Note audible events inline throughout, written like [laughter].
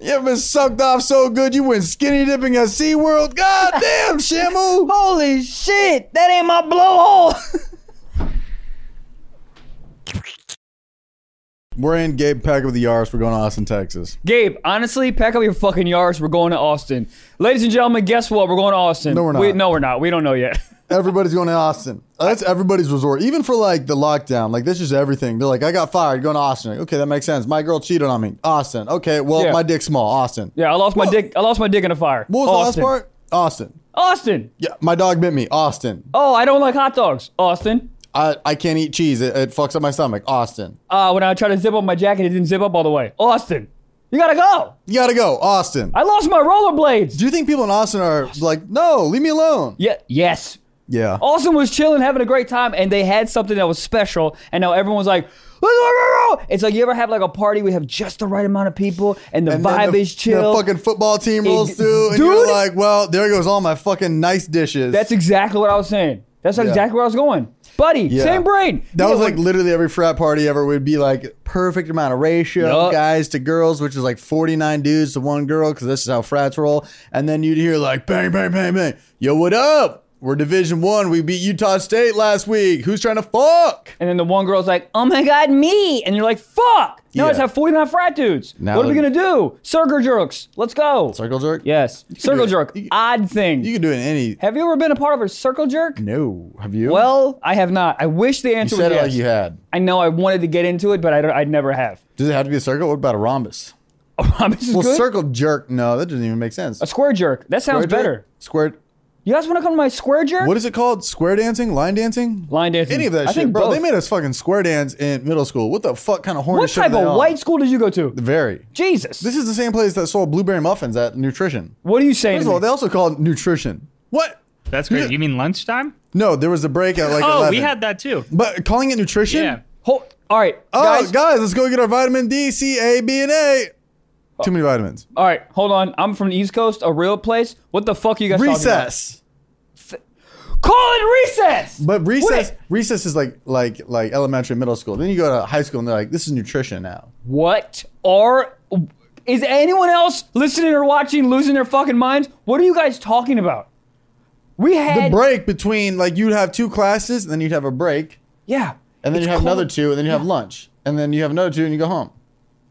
You ever been sucked off so good you went skinny dipping at SeaWorld? God [laughs] damn, Shamu! Holy shit! That ain't my blowhole. [laughs] We're in Gabe Pack of the Yards. We're going to Austin, Texas. Gabe, honestly, pack up your fucking yards. We're going to Austin. Ladies and gentlemen, guess what? We're going to Austin. No, we're We, not. no, we're not. We don't know yet. [laughs] Everybody's going to Austin. Uh, That's everybody's resort. Even for like the lockdown, like this is everything. They're like, I got fired, going to Austin. Like, okay, that makes sense. My girl cheated on me. Austin. Okay, well, Yeah. my dick's small. Austin. Yeah, I lost my dick. I lost my dick in a fire. What was Austin. the last part? Austin. Austin. Yeah, my dog bit me. Austin. Oh, I don't like hot dogs. Austin. I, I can't eat cheese. It, it fucks up my stomach. Austin. Uh, when I tried to zip up my jacket, it didn't zip up all the way. Austin. You gotta go. You gotta go. Austin. I lost my rollerblades. Do you think people in Austin are like, no, leave me alone? Yeah. Yes. Yeah. Austin was chilling, having a great time, and they had something that was special. And now everyone's like, it's like you ever have like a party we have just the right amount of people, and the And then vibe the, is chill. The fucking football team rolls Ex- through, and you're Dude! like, well, there goes all my fucking nice dishes. That's exactly what I was saying. That's Yeah. exactly where I was going, buddy. Same brain. That You was know, like literally every frat party ever would be like perfect amount of ratio Yup. guys to girls, which is like 49 dudes to one girl because this is how frats roll. And then you'd hear like bang, bang, bang, bang. Yo, what up? We're Division One. We beat Utah State last week. Who's trying to fuck? and then the one girl's like, "Oh my god, me!" And you're like, "Fuck!" Now Yeah. it's have 49 frat dudes. Now what are we it- gonna do? Circle jerks. Let's go. Circle jerk. Yes, circle do it. jerk. You can- Odd thing. you can do it in any. have you ever been a part of a circle jerk? No, have you? Well, I have not. I wish the you answer said was it yes. like you had. I know I wanted to get into it, but I don't, I'd never have. [laughs] Does it have to be a circle? What about a rhombus? Rhombus is Well, good. circle jerk. No, that doesn't even make sense. a square jerk. That sounds Square jerk? better. Square. You guys want to come to my square jerk? What is it called? Square dancing? Line dancing? Line dancing. Any of that I shit, think bro. both. They made us fucking square dance in middle school. What the fuck kind of horny what shit type are they of on? white school did you go to? Very. Jesus. This is the same place that sold blueberry muffins at Nutrition. what are you saying? First to of all, me? they also called Nutrition. What? That's great. Yeah. You [laughs] mean lunchtime? No, there was a break at like Oh, 11. we had that too. But calling it Nutrition? Yeah. Ho- all right, Oh, guys. guys. let's go get our vitamin D, C, A, B, and A. Too many vitamins. All right, hold on. I'm from the East Coast, a real place. What the fuck are you guys talking about? Recess. Call it recess. But recess, What? recess is like like like elementary, middle school. Then you go to high school and they're like, this is nutrition now. What are? Is anyone else listening or watching losing their fucking minds? What are you guys talking about? We The had break between like you'd have two classes and then you'd have a break yeah, and then It's you have called- another two and then you have lunch and then you have another two and you go home.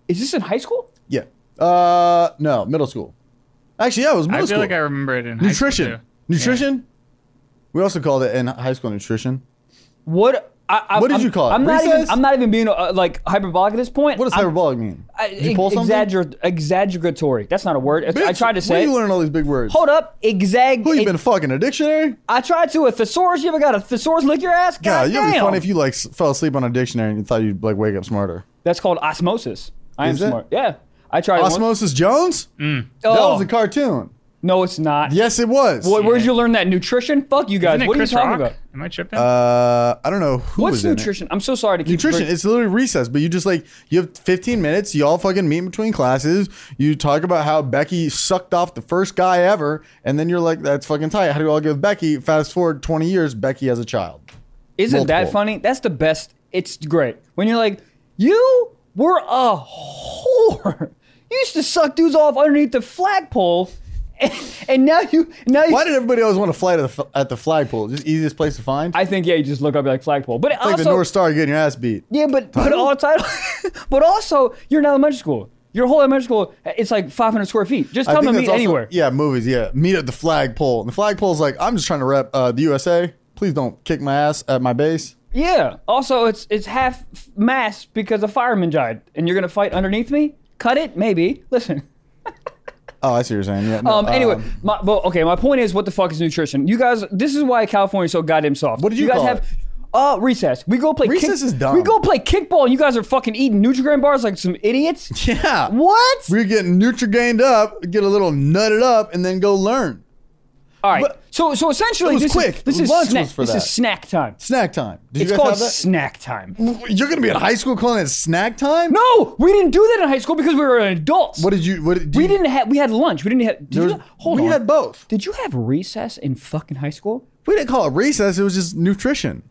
Is this in high school? Yeah. Uh, no, middle school. Actually, yeah, it was I middle feel school. like I remember it in nutrition. High school nutrition. We also called it in high school nutrition. What? I, I, What did I'm- you call it? I'm not even. Recess? I'm not even being uh, like hyperbolic at this point. What does I'm- hyperbolic mean? I- Did you pull something? exagger- exaggeratory. That's not a word. It's- I Bitch, tried to Where say. you it. learn all these big words? Hold Ah, up, exact. Who you been fucking a dictionary? I tried to a thesaurus. You ever got a thesaurus lick your ass? Yeah, God you'd be damn. funny if you like s- fell asleep on a dictionary and you thought you'd like wake up smarter. That's called osmosis. I am Is it? smart. Yeah, I tried. it once. Osmosis Jones? Mm. Oh, That was a cartoon. no, it's not. Yes, it was. Where- Where'd you learn that nutrition? Fuck you guys. Isn't it What are you Chris talking Rock? about? Am I tripping? Uh, I don't know who What's was in it. nutrition? I'm so sorry to keep Nutrition. bring- It's literally recess, but you just like you have 15 minutes. You all fucking meet in between classes. You talk about how Becky sucked off the first guy ever, and then you're like, "That's fucking tight." How do you all give Becky? Fast forward 20 years, Becky has a child. Isn't that multiple. funny? That's the best. It's great when you're like, you were a whore. You used to suck dudes off underneath the flagpole, [laughs] and, and now you now you. Why did everybody always want to fly to the f- at the flagpole? Just easiest place to find. I think yeah, you just look up like flagpole, but like also the North Star getting your ass beat. Yeah, but but all title, [laughs] but also you're in elementary school. Your whole elementary school, it's like 500 square feet. Just I tell think them to that's meet also- anywhere. Yeah, movies. Yeah, meet at the flagpole. And the flagpole's like, I'm just trying to rep uh, the USA. Please don't kick my ass at my base. Yeah. Also, it's it's half f- mass because a fireman died, and you're gonna fight underneath me. Cut it, maybe. Listen. Oh, I see what you're saying. Yeah. no, Um. Anyway, my, well, okay. My point is, what the fuck is nutrition? You guys, this is why California's so goddamn soft. What did you guys call have? it? Uh, recess. We go play. kick- Recess is dumb. We go play kickball, and you guys are fucking eating Nutrigrain bars like some [laughs] [laughs] idiots. yeah. What? We're getting nutrigained up, get a little nutted up, and then go learn. All right. But- so so essentially, It was this quick. is this is Lunch was snack. for this that. is snack time. Snack time. Did It's you guys called have that? snack time. You're gonna be in high school calling it snack time? No, we didn't do that in high school because we were adults. What did you? What did, did we you, didn't have. We had lunch. We didn't have. Did there was- you, hold we on. had both. did you have recess in fucking high school? We didn't call it recess. It was just nutrition.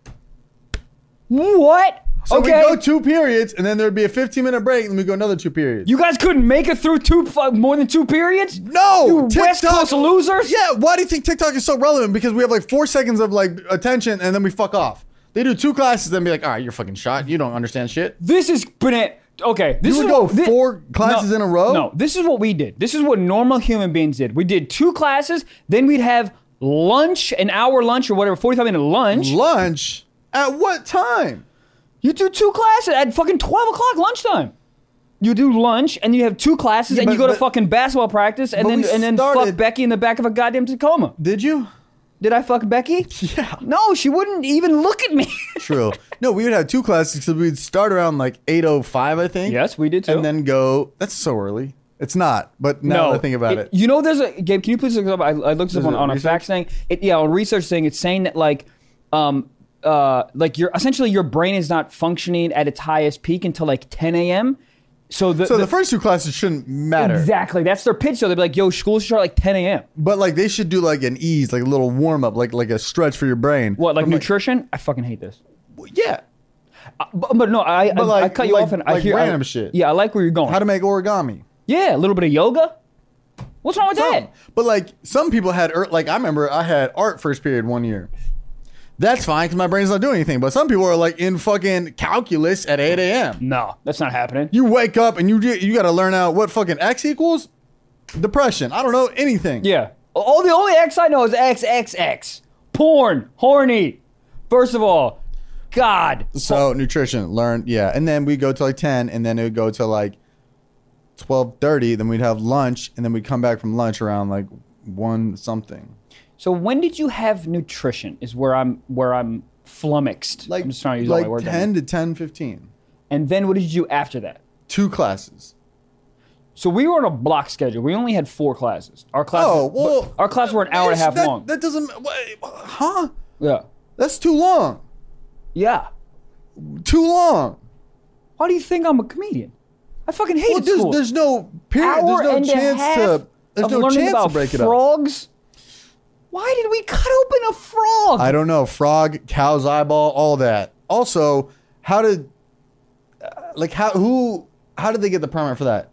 What? So we Okay. go two periods, and then there'd be a 15 minute break, and we go another two periods. You guys couldn't make it through two fu- more than two periods? no, You West Coast losers? Yeah, why do you think TikTok is so relevant? Because we have like four seconds of like attention, and then we fuck off. They do two classes, then be like, "All right, you're fucking shot. You don't understand shit." This is banana. Okay, this would is go what- thi- four classes No, in a row? No, this is what we did. This is what normal human beings did. We did two classes, then we'd have lunch, an hour lunch or whatever, forty-five minute lunch. Lunch at what time? you do two classes at fucking twelve o'clock lunchtime. You do lunch, and you have two classes, and but- you go to but- fucking basketball practice, and but then we and then started- fuck Becky in the back of a goddamn Tacoma. Did you? Did I fuck Becky? [laughs] Yeah. No, she wouldn't even look [laughs] at me. True. No, we would have two classes because we'd start around like eight oh five, I think. Yes, we did too. And then go. That's so early. It's not. But now that I think about it, You know, there's a Gabe. Can you please look this up? I, I looked this up Is on, it on a research? fact thing. It, yeah, a research thing. It's saying that like, um, uh, like your essentially your brain is not functioning at its highest peak until like 10 a.m. So the, so the, first two classes shouldn't matter. exactly that's their pitch. So they're like, yo, school should start at, like 10 a.m. But like they should do like an ease, like a little warm up, like like a stretch for your brain. What like From, nutrition? I fucking hate this. Uh, yeah. But, but no, I I, I like- cut you like- off and I like hear I- random shit. Yeah, I like where you're going. How to make origami. yeah, a little bit of yoga. What's wrong with Some. that? But like some people had art. Like I remember I had art first period one year. That's fine because my brain's not doing anything. But some people are like in fucking calculus at 8 a.m. No, that's not happening. You wake up and you do- you got to learn out what fucking x equals. Depression. I don't know anything. Yeah. All the only X I know is XXX. Porn, horny. First of all, God. So nutrition, learn, yeah, and then we go to like ten, and then it would go to like twelve thirty. Then we'd have lunch, and then we'd come back from lunch around like one something. So when did you have nutrition? Is where I'm where I'm flummoxed. Like I'm just trying to use all like my words. on ten it. to 10, 15. And then what did you do after that? Two classes. So we were on a block schedule. We only had four classes. Our classes, Oh, well, our classes were an hour and a half that, long. That doesn't. wait, Huh? yeah. That's too long. Yeah. Too long. Why do you think I'm a comedian? I fucking hate Well, there's, school. there's no period. hour There's no and chance a half to. There's of no learning chance about to break it up. frogs. Why did we cut open a frog? I don't know. Frog, cow's eyeball, all that. Also, how did, uh, like, how who, how did they get the permit for that?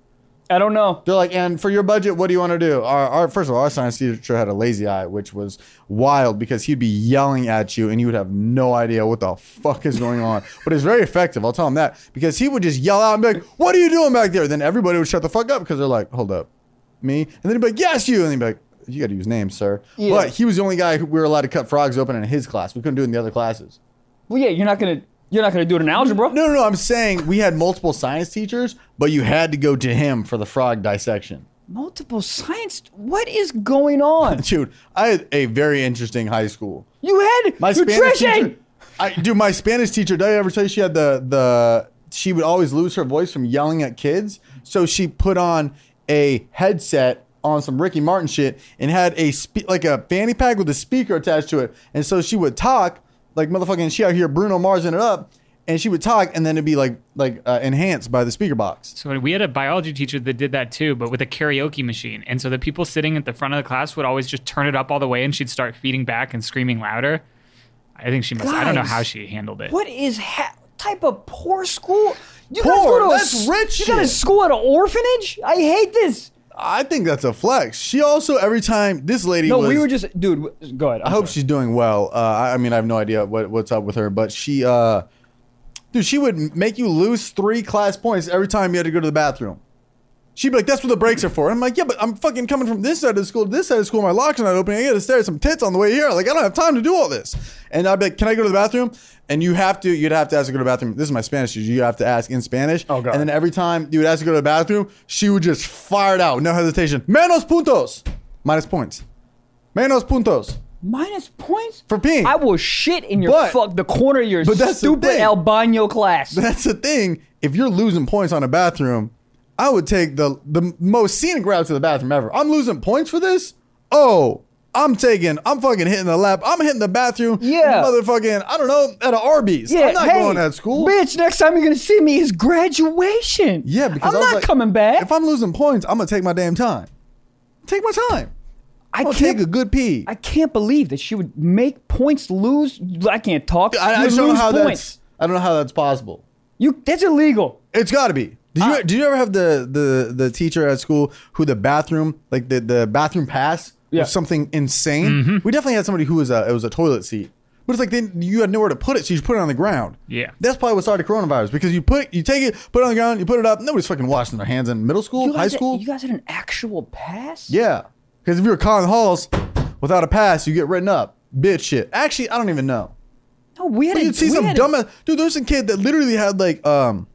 I don't know. They're like, and for your budget, what do you want to do? Our, our first of all, our science teacher had a lazy eye, which was wild because he'd be yelling at you and you would have no idea what the fuck is going on. But it's very effective. I'll tell him that because he would just yell out and be like, "What are you doing back there?" Then everybody would shut the fuck up because they're like, "Hold up, me," and then he'd be like, "Yes, you," and he'd be like. You got to use names, sir. Yeah. But he was the only guy who we were allowed to cut frogs open in his class. We couldn't do it in the other classes. Well, yeah, you're not gonna you're not gonna do it in algebra. No, no, no. I'm saying we had multiple science teachers, but you had to go to him for the frog dissection. Multiple science. What is [laughs] going on? Dude, I had a very interesting high school. You had My nutrition. Spanish teacher, I do. My Spanish teacher. Did I ever tell you she had the the? She would always lose her voice from yelling at kids. So she put on a headset on some Ricky Martin shit and had a spe- like a fanny pack with a speaker attached to it. And so she would talk like motherfucking. She out here Bruno Mars in it up, and she would talk, and then it'd be like like uh, enhanced by the speaker box. So we had a biology teacher that did that too, but with a karaoke machine. And so the people sitting at the front of the class would always just turn it up all the way, and she'd start feeding back and screaming louder. I think she must. I don't know Guys, how she handled it. What is ha- type of poor school? You guys Poor, go to a that's s- rich You got to shit. school at an orphanage? I hate this. I think that's a flex. She also every time this lady. No, was, we were just dude. w- Go ahead. I hope she's doing well. Uh, I I mean, I have no idea what, what's up with her, but she, uh, dude, she would make you lose three class points every time you had to go to the bathroom. She'd be like, "That's what the breaks are for." I'm like, "Yeah, but I'm fucking coming from this side of the school to this side of the school. My lock's not open. I got to stare at some tits on the way here. Like, I don't have time to do all this." And I'd be like, "Can I go to the bathroom?" And you have to, you'd have to ask to go to the bathroom. This is my Spanish. teacher. You have to ask in Spanish. Oh, God. And then every time you would ask to go to the bathroom, she would just fire it out, no hesitation. Menos puntos, minus points. Menos puntos minus points for peeing. I will shit in your But- fuck the corner of your but that's the stupid thing. El Baño class. That's the thing. If you're losing points on a bathroom, I would take the the most scenic route to the bathroom ever. I'm losing points for this. Oh, I'm taking. I'm fucking hitting the lap. I'm hitting the bathroom. Yeah. motherfucking. I don't know at an Arby's. I'm not hey, going at school. Bitch, next time you're gonna see me is graduation. Yeah, because I'm I was not like, coming back. If I'm losing points, I'm gonna take my damn time. Take my time. I I'm gonna can't- take a good pee. I can't believe that she would make points lose. I can't talk. I, I You just don't know lose how points. that's. I don't know how that's possible. You that's illegal. It's got to be. Did Ah. you did you ever have the the the teacher at school who the bathroom like the the bathroom pass Yeah. Mm-hmm. was something insane? We definitely had somebody who was a it was a toilet seat, but it's like they, you had nowhere to put it, so you just put it on the ground. Yeah. that's probably what started coronavirus because you put you take it, put it on the ground, you put it up. Nobody's fucking washing their hands in middle school, Oh, You high guys had- school. you guys had an actual pass? yeah, because if you're Colin Halls without a pass, you get written up, bitch shit. Actually, I don't even know. No, we had. But a- you'd see we some had a- dumbass dude. There's a kid that literally had like um,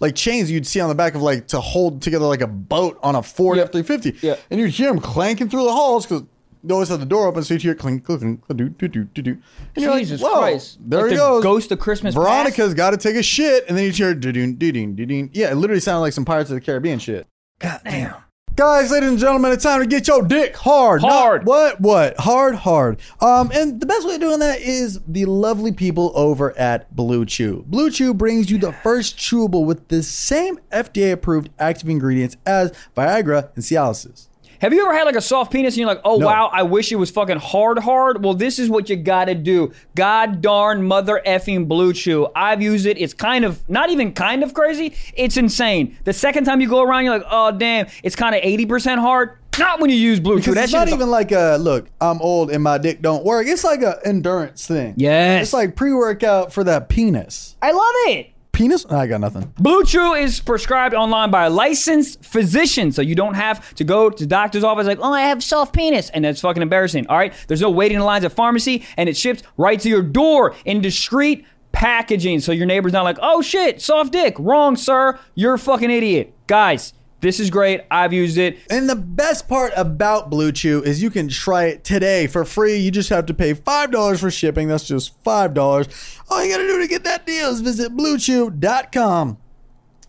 like chains you'd see on the back of like to hold together like a boat on a Ford Yeah. F three fifty. Yeah. and you'd hear him clanking through the halls because they always had the door open, so you'd hear clink clink clink do do do do do. And you're Jesus like, whoa, Christ. there Like he the goes. Ghost of Christmas Past? Veronica's got to take a shit, and then you'd hear do do do do do. Yeah, it literally sounded like some Pirates of the Caribbean shit. God damn. Guys, ladies and gentlemen, it's time to get your dick hard. Not Hard. what? What? Hard, hard. Um, and the best way of doing that is the lovely people over at Blue Chew. Blue Chew brings you the first chewable with the same FDA-approved active ingredients as Viagra and Cialis. Have you ever had like a soft penis and you're like, oh No. wow, I wish it was fucking hard, hard? Well, this is what you gotta do. God darn mother effing Blue Chew. I've used it. It's kind of, not even kind of crazy, it's insane. The second time you go around, you're like, oh damn, it's kind of 80% hard. Not when you use Blue Chew. Because That's it's not even like a look. I'm old and my dick don't work. It's like a endurance thing. Yes. It's like pre-workout for that penis. I love it. Penis? I got nothing. Blue Chew is prescribed online by a licensed physician, so you don't have to go to the doctor's office like, oh, I have soft penis, and that's fucking embarrassing. All right, there's no waiting in lines at pharmacy, and it ships right to your door in discreet packaging, so your neighbor's not like, oh shit, soft dick, wrong, sir, you're a fucking idiot, guys. This is great. I've used it. And the best part about Blue Chew is you can try it today for free. You just have to pay $5 for shipping. That's just $5. All you got to do to get that deal is visit bluechew.com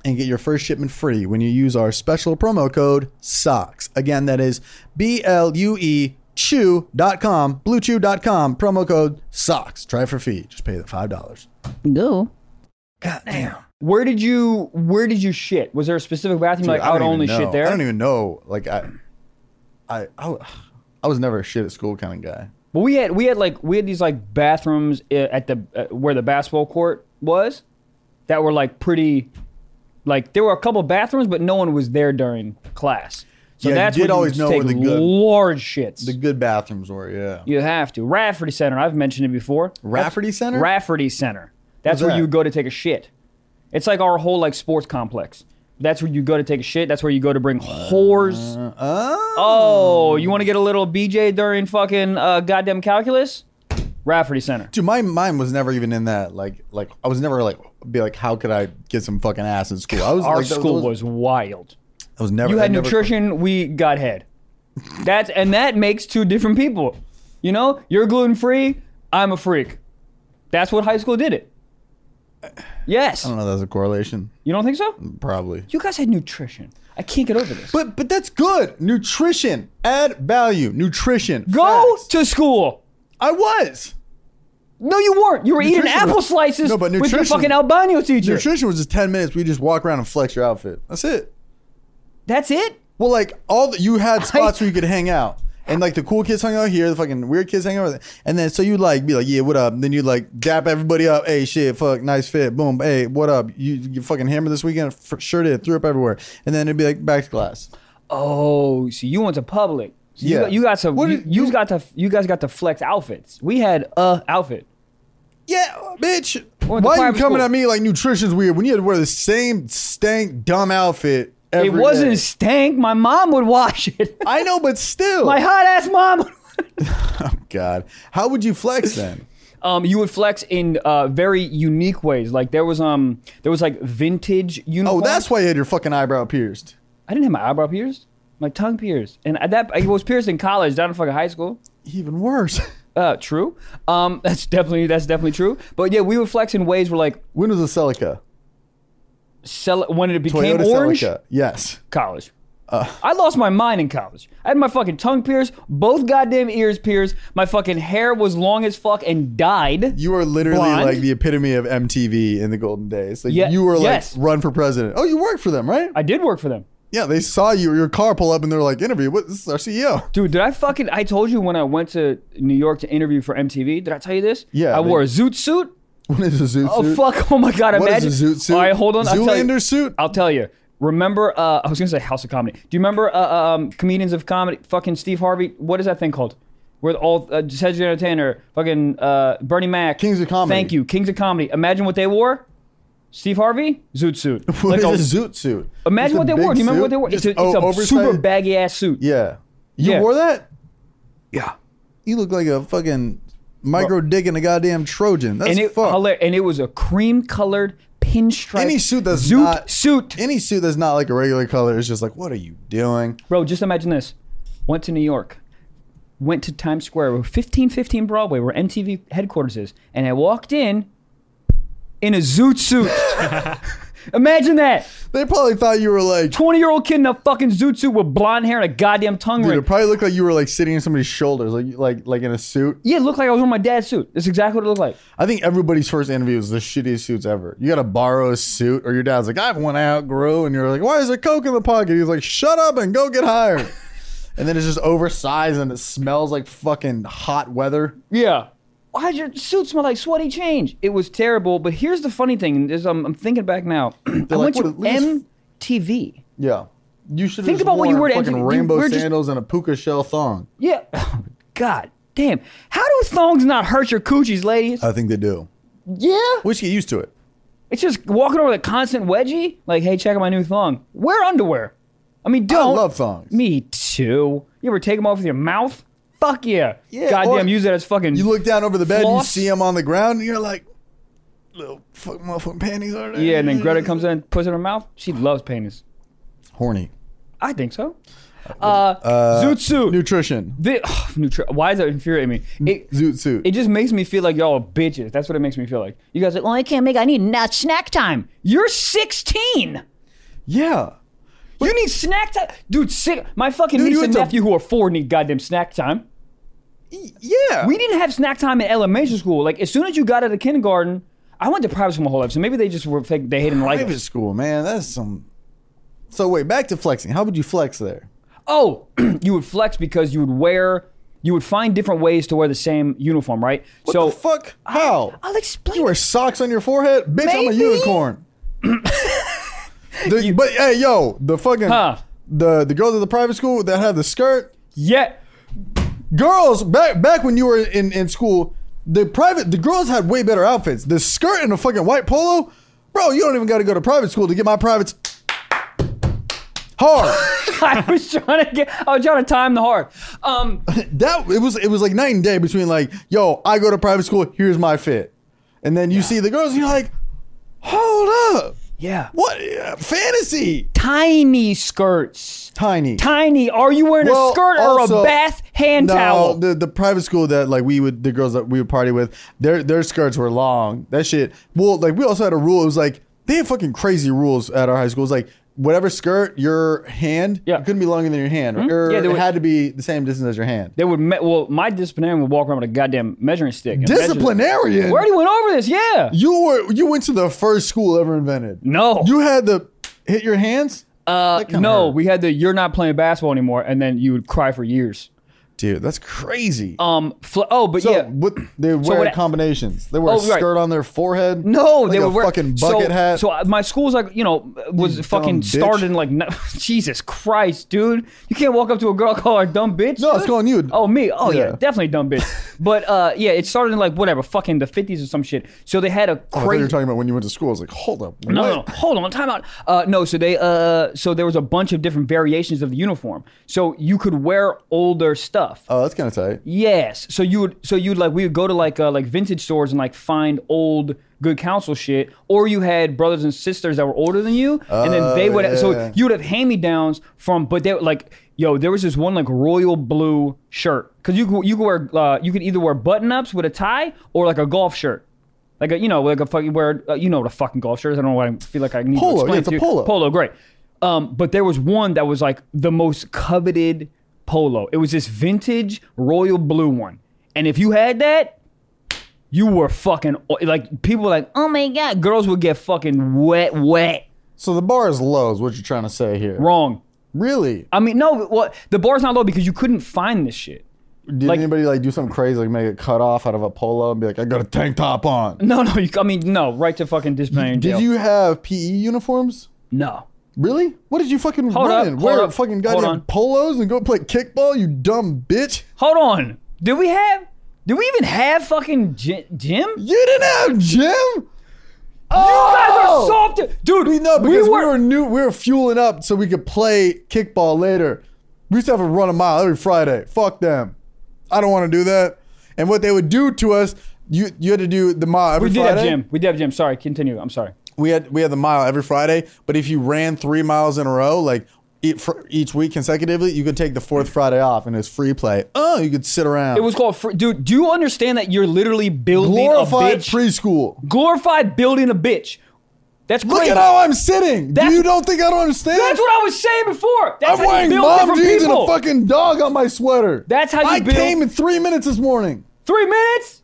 and get your first shipment free when you use our special promo code SOCKS. Again, that is B L U E chew.com, bluechew.com, promo code SOCKS. Try it for free. Just pay the $5. Go. God damn. Where did you Where did you shit? Was there a specific bathroom like I would don't only even shit know. there? I don't even know. Like, I, I, I, I was never a shit at school kind of guy. But we had we had like we had these like bathrooms uh, at the uh, where the basketball court was that were like pretty like there were a couple bathrooms but no one was there during class. So Yeah, you that's did when always would know take where the good- large shits. The good bathrooms were, yeah. you have to. Rafferty Center, I've mentioned it before. Rafferty Center? Rafferty Center. That's What's where that? you would go to take a shit. It's like our whole like sports complex. That's where you go to take a shit. That's where you go to bring whores. oh. Oh, you want to get a little BJ during fucking uh, goddamn calculus? Rafferty Center. Dude, my mind was never even in that. Like, like I was never like, be like, how could I get some fucking ass in school? I was Our like, that school that was wild. I was never. You I had never- nutrition, we got head. That's and that makes two different people. You know, you're gluten free, I'm a freak. That's what high school did it. Yes. I don't know. if That's a correlation, You don't think so? probably. You guys had nutrition. I can't get over this. But but that's good. Nutrition, add value. Nutrition. Go Facts. to school. I was. No, you weren't. You were eating Nutrition apple was- slices No, but with your nutrition- fucking Albano teacher. Nutrition was just ten minutes. We just walk around and flex your outfit. That's it. That's it? Well, like all the, you [laughs] had spots where you could hang out, and like the cool kids hung out here, the fucking weird kids hang out, over there. and then so you like be like, yeah, what up? Then you like dap everybody up, hey, shit, fuck, nice fit, boom, hey, what up? You, you fucking hammer this weekend, F- sure did, threw up everywhere, and then it'd be like back to class. Oh, so you went to public. So you Yeah. got- You, got some. What you, did- you you- got to. You guys got to flex outfits. We had a outfit. Yeah, bitch, to why you private coming school. at me like nutrition's weird when you had to wear the same stank dumb outfit? Every it wasn't day? stank. My mom would wash [laughs] it. I know, but still, Oh, My hot ass mom. God, how would you flex then? [laughs] Um, you would flex in uh, very unique ways. Like there was um, there was like vintage Oh, uniforms. that's why you had your fucking eyebrow pierced. I didn't have my eyebrow pierced. My tongue pierced, and at that I was pierced in college, not in fucking high school. Even worse. [laughs] Uh, true. Um, [laughs] that's definitely that's definitely true. But yeah, we would flex in ways where like when was the Celica? sell when it became Toyota orange. Celica. Yes. college. Uh. I lost my mind in college. I had my fucking tongue pierced, both goddamn ears pierced. My fucking hair was long as fuck and dyed. You are literally Blonde. like the epitome of MTV in the golden days. Like Ye- you were like yes. run for president. Oh, you worked for them, right? I did work for them. yeah, they saw you your car pull up and they're like, interview. What? This is our E CEO. Dude, did I fucking I told you when I went to New York to interview for MTV, did I tell you this? Yeah, I they- wore a zoot suit. [laughs] What is a zoot Oh suit? fuck! [laughs] Oh my god! What imagine. is a zoot suit? All right, hold on. I'll tell you. Zoolander suit. I'll tell you. Remember, uh, I was gonna say House of Comedy. Do you remember uh, um, comedians of comedy? Fucking Steve Harvey. What is that thing called? Where all uh, Cedric Entertainer, fucking uh, Bernie Mac, Kings of Comedy. Thank you, Kings of Comedy. Imagine what they wore. Steve Harvey, zoot suit. [laughs] [laughs] What Like is a- a zoot suit? Just imagine a what they big wore. Do you remember what suit? they wore? It's Just a, it's o- a oversized- super baggy ass suit. Yeah. You Yeah. wore that? yeah. You look like a fucking micro dick in a goddamn Trojan. That's and it fuck. hilar- and it was a cream colored pinstripe Any suit that's zoot not- suit. Any suit that's not like a regular color is just like, what are you doing? Bro, just imagine this. Went to New York, went to Times Square, 1515 Broadway, where MTV headquarters is, and I walked in in a [laughs] zoot suit. imagine that. They probably thought you were like, 20 year old kid in a fucking zoot suit with blonde hair and a goddamn tongue dude, ring. it probably looked like you were like sitting on somebody's shoulders, like like like in a suit. yeah, it looked like I was wearing my dad's suit. That's exactly what it looked like. I think everybody's first interview is the shittiest suits ever. You gotta borrow a suit, or your dad's like, I have one I outgrew, and you're like, Why is there coke in the pocket? He's like, Shut up and go get [laughs] hired. and then it's just oversized and it smells like fucking hot weather. Yeah. Why'd your suit smell like sweaty change? It was terrible, but here's the funny thing. and This, I'm, I'm thinking back now. [clears throat] I like, went to what- look at this- MTV. Yeah. You should Think just about what worn you were to fucking MTV. You rainbow were just- sandals and a puka shell thong. Yeah. [laughs] God damn. How do thongs not hurt your coochies, ladies? I think they do. yeah. We should get used to it. It's just walking over the constant wedgie. Like, hey, check out my new thong. Wear underwear. I mean, I don't. love thongs. Me too. You ever take them off with your mouth? Fuck yeah. Yeah, Goddamn, or- use that as fucking. You look down over the bed, Floss? you see him on the ground, and you're like, little fucking motherfucking panties are there. yeah, and then Greta comes in and puts it in her mouth. She loves penis. Horny. I think so. Uh, zoot suit. Nutrition. The- [sighs] ugh, nutri- Why does that infuriate me? It, Zoot suit. it just makes me feel like y'all are bitches. That's what it makes me feel like. You guys are like, well, I can't make. I need not snack time. You're 16. yeah. you need snack time, dude. Sick. My fucking Dude, you niece went and to- nephew who are four need goddamn snack time. Yeah. We didn't have snack time in elementary school. Like as soon as you got out of kindergarten, I went to private school my whole life. So maybe they just were fake. They didn't like private us. school, man. That's some. So wait, back to flexing. How would you flex there? Oh, [clears throat] you would flex because you would wear. You would find different ways to wear the same uniform, right? What so the fuck? How? I'll explain. you wear socks on your forehead, bitch. I'm a Maybe. [laughs] unicorn. The- but hey, yo, the fucking Huh. the the girls at the private school that had the skirt. yeah. [laughs] girls back back when you were in in school the private the girls had way better outfits the skirt and a fucking white polo bro you don't even got to go to private school to get my privates hard I was trying to get. I was trying to time the heart. Um, that it was it was like night and day between like yo i go to private school here's my fit and then you see the girls and you're like hold up yeah. what uh, fantasy Tiny skirts. tiny Tiny. Are you wearing Well, a skirt or also- a bath hand no, towel? The, the private school that like we would the girls that we would party with, their their skirts were long. That shit. Well, like we also had a rule. It was like they had fucking crazy rules at our high school. It's like whatever skirt your hand, Yeah. Hmm? it couldn't be longer than your hand. Or Yeah, they it would- had to be the same distance as your hand. They would. Me- well, my disciplinarian would walk around with a goddamn measuring stick. and measure- Disciplinarian. We already went over this. Yeah. you were you went to the first school ever invented. No. you had the hit your hands. Uh, That kinda no, hurt. we had the you're not playing basketball anymore, and then you would cry for years. dude, that's crazy. Um. Fl- oh, but so yeah. what they wear what- combinations. They wear a Oh, right. skirt on their forehead. No, like they a were fucking bucket so, hat. So I- my school's like, you know, You was dumb fucking bitch. started in like, n- [laughs] Jesus Christ, dude, you can't walk up to a girl [laughs] and call her dumb bitch. No, it's dude. calling you. Oh me, oh yeah, Yeah. definitely dumb bitch. but uh, yeah, it started in like whatever, fucking the fifties or some shit. So they had Oh, a I thought you crazy. were talking about when you went to school. I was like, hold up. No, what? no, no, hold on, time out. Uh, no, so they, uh, so there was a bunch of different variations of the uniform. So you could wear older stuff. Oh, that's kind of tight. Yes. So you would so you'd like we would go to like uh, like vintage stores and like find old good counsel shit, or you had brothers and sisters that were older than you, and then they Oh, would yeah. so you would have hand me downs from, but they were like yo, there was this one like royal blue shirt because you could- you could wear uh, you could either wear button ups with a tie or like a golf shirt. Like a, you know, like a fucking wear, uh, you know, what a fucking golf shirt. is. I don't know why I feel like I need Polo, to explain yeah, it it's a to you. polo. Polo, great. Um, but there was one that was like the most coveted polo. It was this vintage royal blue one, and if you had that, you were fucking like people were like, oh my god, girls would get fucking wet, wet. So the bar is low, is what you're trying to say here. Wrong. Really? I mean, no. Well, the bar's not low because you couldn't find this shit. [laughs] Did Like- anybody like do something crazy, like make a cut off out of a polo and be like, I got a tank top on? No, no. You, I mean, no. Right to fucking disciplinary jail. Did you have PE uniforms? No. Really? What did you fucking Hold run up, in? hold Wear up, fucking hold on. goddamn polos and go play kickball, you dumb bitch? Hold on. Did we have? Did we even have fucking gy- gym? You didn't have gym? You guys are Oh! soft, dude. We know because we were, were- new. We were fueling up so we could play kickball later. We used to have to run a mile every Friday. Fuck them. I don't want to do that. And what they would do to us, you you had to do the mile every We did Friday. have gym. We did have gym. Sorry, continue. I'm sorry. We had we had the mile every Friday. But if you ran three miles in a row, like each, fr- each week consecutively, you could take the fourth Friday off and it's free play. Oh, you could sit around. It was called, fr- dude. Do you understand that you're literally building a glorified bitch? preschool. glorified building a bitch. That's crazy. Look at how I'm sitting. That's- do you don't think I don't understand? That's what I was saying before. That's I'm how you wearing build mom different jeans and people. a fucking dog on my sweater. That's how you I build- came in three minutes this morning. Three minutes.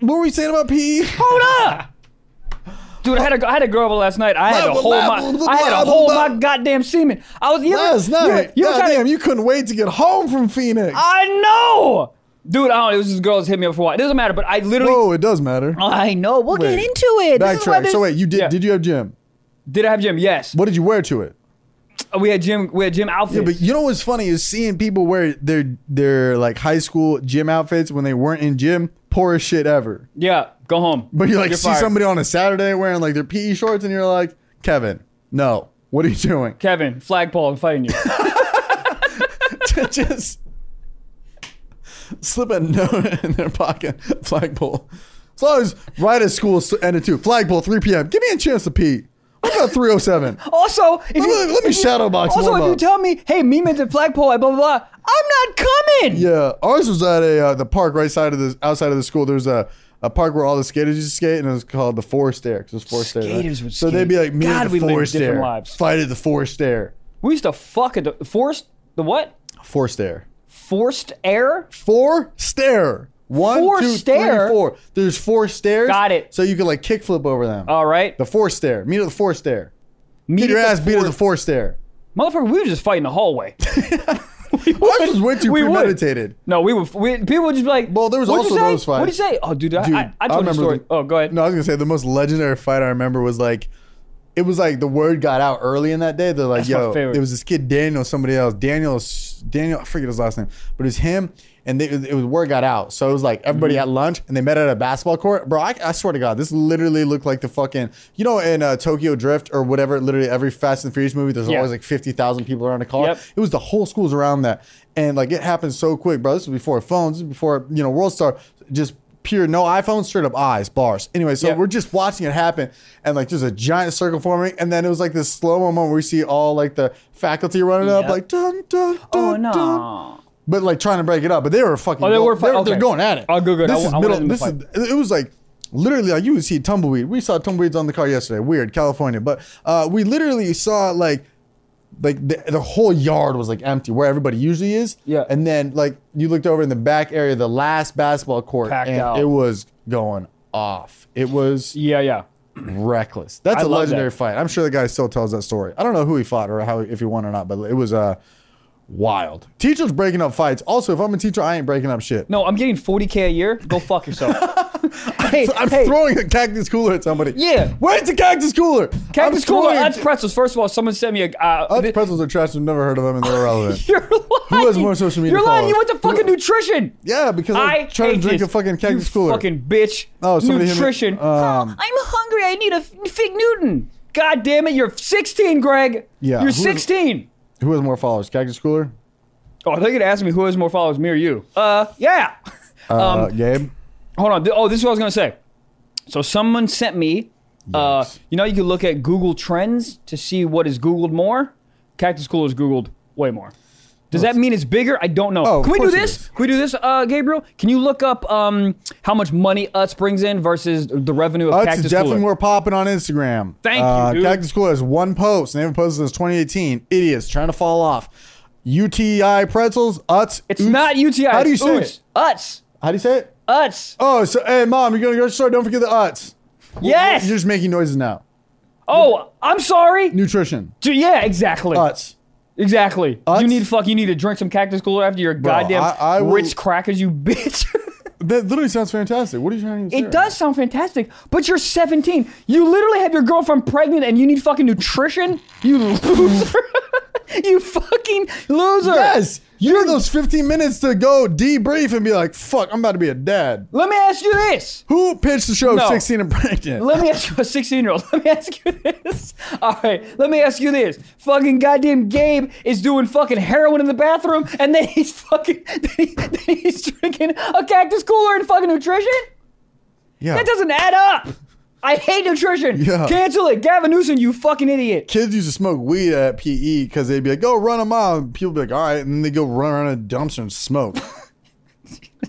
What were we saying about E? PE? Hold up. Dude, I had a, I had a girl over last night. I had to Blah, hold blah, blah, my blah, I had blah, to hold blah. my goddamn semen. I was you ever- Last you ever- night. You, were God trying damn, to, you couldn't wait to get home from Phoenix. I know, dude. I don't. know. It was this girl's hit me up for a while. It doesn't matter. But I literally. Whoa, it does matter. [laughs] I know. We'll Wait. get into it. This is why Backtrack. this- So wait, you did? Yeah. Did you have gym? Did I have gym? Yes. What did you wear to it? We had gym. We had gym outfits. Yeah, but you know what's funny is seeing people wear their their like high school gym outfits when they weren't in gym. Poorest shit ever. Yeah, go home. But you like You're see fired. somebody on a Saturday wearing like their PE shorts, and you're like, Kevin, no, what are you doing? Kevin, flagpole, [laughs] I'm fighting you. to just slip a note in their pocket. Flagpole. It's always right at school s- ended too. Flagpole, 3 p.m. Give me a chance to pee. What about [laughs] 307? Oh. also, if you, Let me- let me if you- shadow box Also, one if you up. tell me, hey, Meeman's at flagpole, blah blah blah, I'm not coming. Yeah, ours was at a uh, the park right side of the outside of the school. There's a a park where all the skaters used to skate, and it was called the Four Stair. 'cause it was four stair. Skaters would so skate. they'd be like, "Me God, at we the lived Four different Stair, lives. fight at the Four Stair, We used to fuck at the forced the what? Four Stair, Forced air? Four Stair, One, Four two, three, stair? four. There's four stairs. Got it. So you could like kickflip over them. All right. The fourth stair. Meet at the fourth stair. Meet Get at your the ass beat at the fourth- fourth stair. Motherfucker, we were just fighting the hallway. Ours was way too [laughs] We would. premeditated. No, we were. We, people would just be like, Well, there was "What'd you also say? those fights." What do you say? Oh, dude, I, Dude, I, I told you a remember story. the- oh, go ahead. No, I was gonna say the most legendary fight I remember was like, it was like the word got out early in that day. They're like, That's my yo, favorite. it was this kid Daniel, somebody else, Daniel, S- Daniel, I forget his last name, but it was him, and they, it was word got out. So it was like Mm-hmm. everybody at lunch, and they met at a basketball court. Bro, I, I swear to God, this literally looked like the fucking, you know, in uh, Tokyo Drift or whatever. Literally every Fast and Furious movie, there's Yeah. always like fifty thousand people around a car. Yep. It was the whole schools around that, and like it happened so quick, bro. This was before phones, this was before you know World Star, just pure no iPhone, straight up eyes, bars. Anyway, so Yep. we're just watching it happen, and like there's a giant circle forming, and then it was like this slow mo moment where we see all like the faculty running up, Yep. like dun dun dun. Oh dun. no. But like trying to break it up, but they were fucking. Oh, they go- were fi- they're, okay. they're going at it. Oh, good, good. I This wa- is I wanted middle. them to This is. It was like literally like you would see tumbleweed. We saw tumbleweeds on the car yesterday. Weird, California, but uh, we literally saw like like the, the whole yard was like empty where everybody usually is. Yeah. And then like you looked over in the back area, the last basketball court, Packed and out. it was going off. It was Yeah, yeah. reckless. That's I a love legendary that. fight. I'm sure the guy still tells that story. I don't know who he fought or how if he won or not, but it was uh wild. Teachers breaking up fights. Also, if I'm a teacher, I ain't breaking up shit. No, I'm getting 40k a year. Go fuck yourself. hey, [laughs] I'm hey, throwing a cactus cooler at somebody. Yeah. Where's the cactus cooler? Cactus I'm Cooler, throwing- Utz pretzels. First of all, someone sent me a. Uh, Utz [laughs] thi- pretzels are trash. I've never heard of them, and they're irrelevant. [laughs] you're lying. Who has more social media You're lying. You went followers? to fucking nutrition. yeah, because I I'm trying to hate drink this. a fucking cactus you cooler. Fucking bitch. Oh, somebody hit me. nutrition. Um, I'm hungry. I need a f- fig Newton. God damn it! You're 16, Greg. Yeah, You're who is- 16. Who has more followers, Cactus Cooler? Oh, I thought you'd ask me who has more followers, me or you. Uh, yeah. Uh, Um, Gabe? Hold on. Th- Oh, this is what I was gonna say. So someone sent me. Uh, Yikes. you know, you can look at Google Trends to see what is Googled more. Cactus Cooler is Googled way more. Does that mean it's bigger? I don't know. Oh, of can we do course it this? is. Can we do this, uh, Gabriel? Can you look up um, how much money Utz brings in versus the revenue of Utz Cactus is definitely Cooler? more popping on Instagram. Thank you, Uh, dude. Cactus Cooler has one post, and they haven't posted since 2018. Idiots trying to fall off. UTI pretzels, Utz. it's not UTI. How do you it's say Utz. it? Utz. How do you say it? Utz. Oh, so hey, mom, you're gonna go to the store. Don't forget the Utz. yes. You're just making noises now. oh, I'm sorry. Nutrition, Dude, yeah, exactly. Utz. Exactly. Utz? You need fuck. You need to drink some cactus cooler after your goddamn I- I will- Ritz crackers, you bitch. [laughs] That literally sounds fantastic. What are you trying to say? it does sound fantastic, but you're 17. You literally have your girlfriend pregnant, and you need fucking nutrition. You loser. [laughs] you fucking loser. Yes. You need those 15 minutes to go debrief and be like, fuck, I'm about to be a dad. Let me ask you this. Who pitched the show No. 16 and pregnant? Let me ask you a 16 year old. [laughs] Let me ask you this. All right. Let me ask you this. Fucking goddamn Gabe is doing fucking heroin in the bathroom and then he's fucking, [laughs] then, he- then he's drinking a cactus cooler and fucking nutrition? yeah. That doesn't add up. I hate nutrition. Yeah. Cancel it. Gavin Newsom, you fucking idiot. Kids used to smoke weed at PE because they'd be like, go run a mile. And people would be like, all right. And then they go run around a dumpster and [laughs] smoke.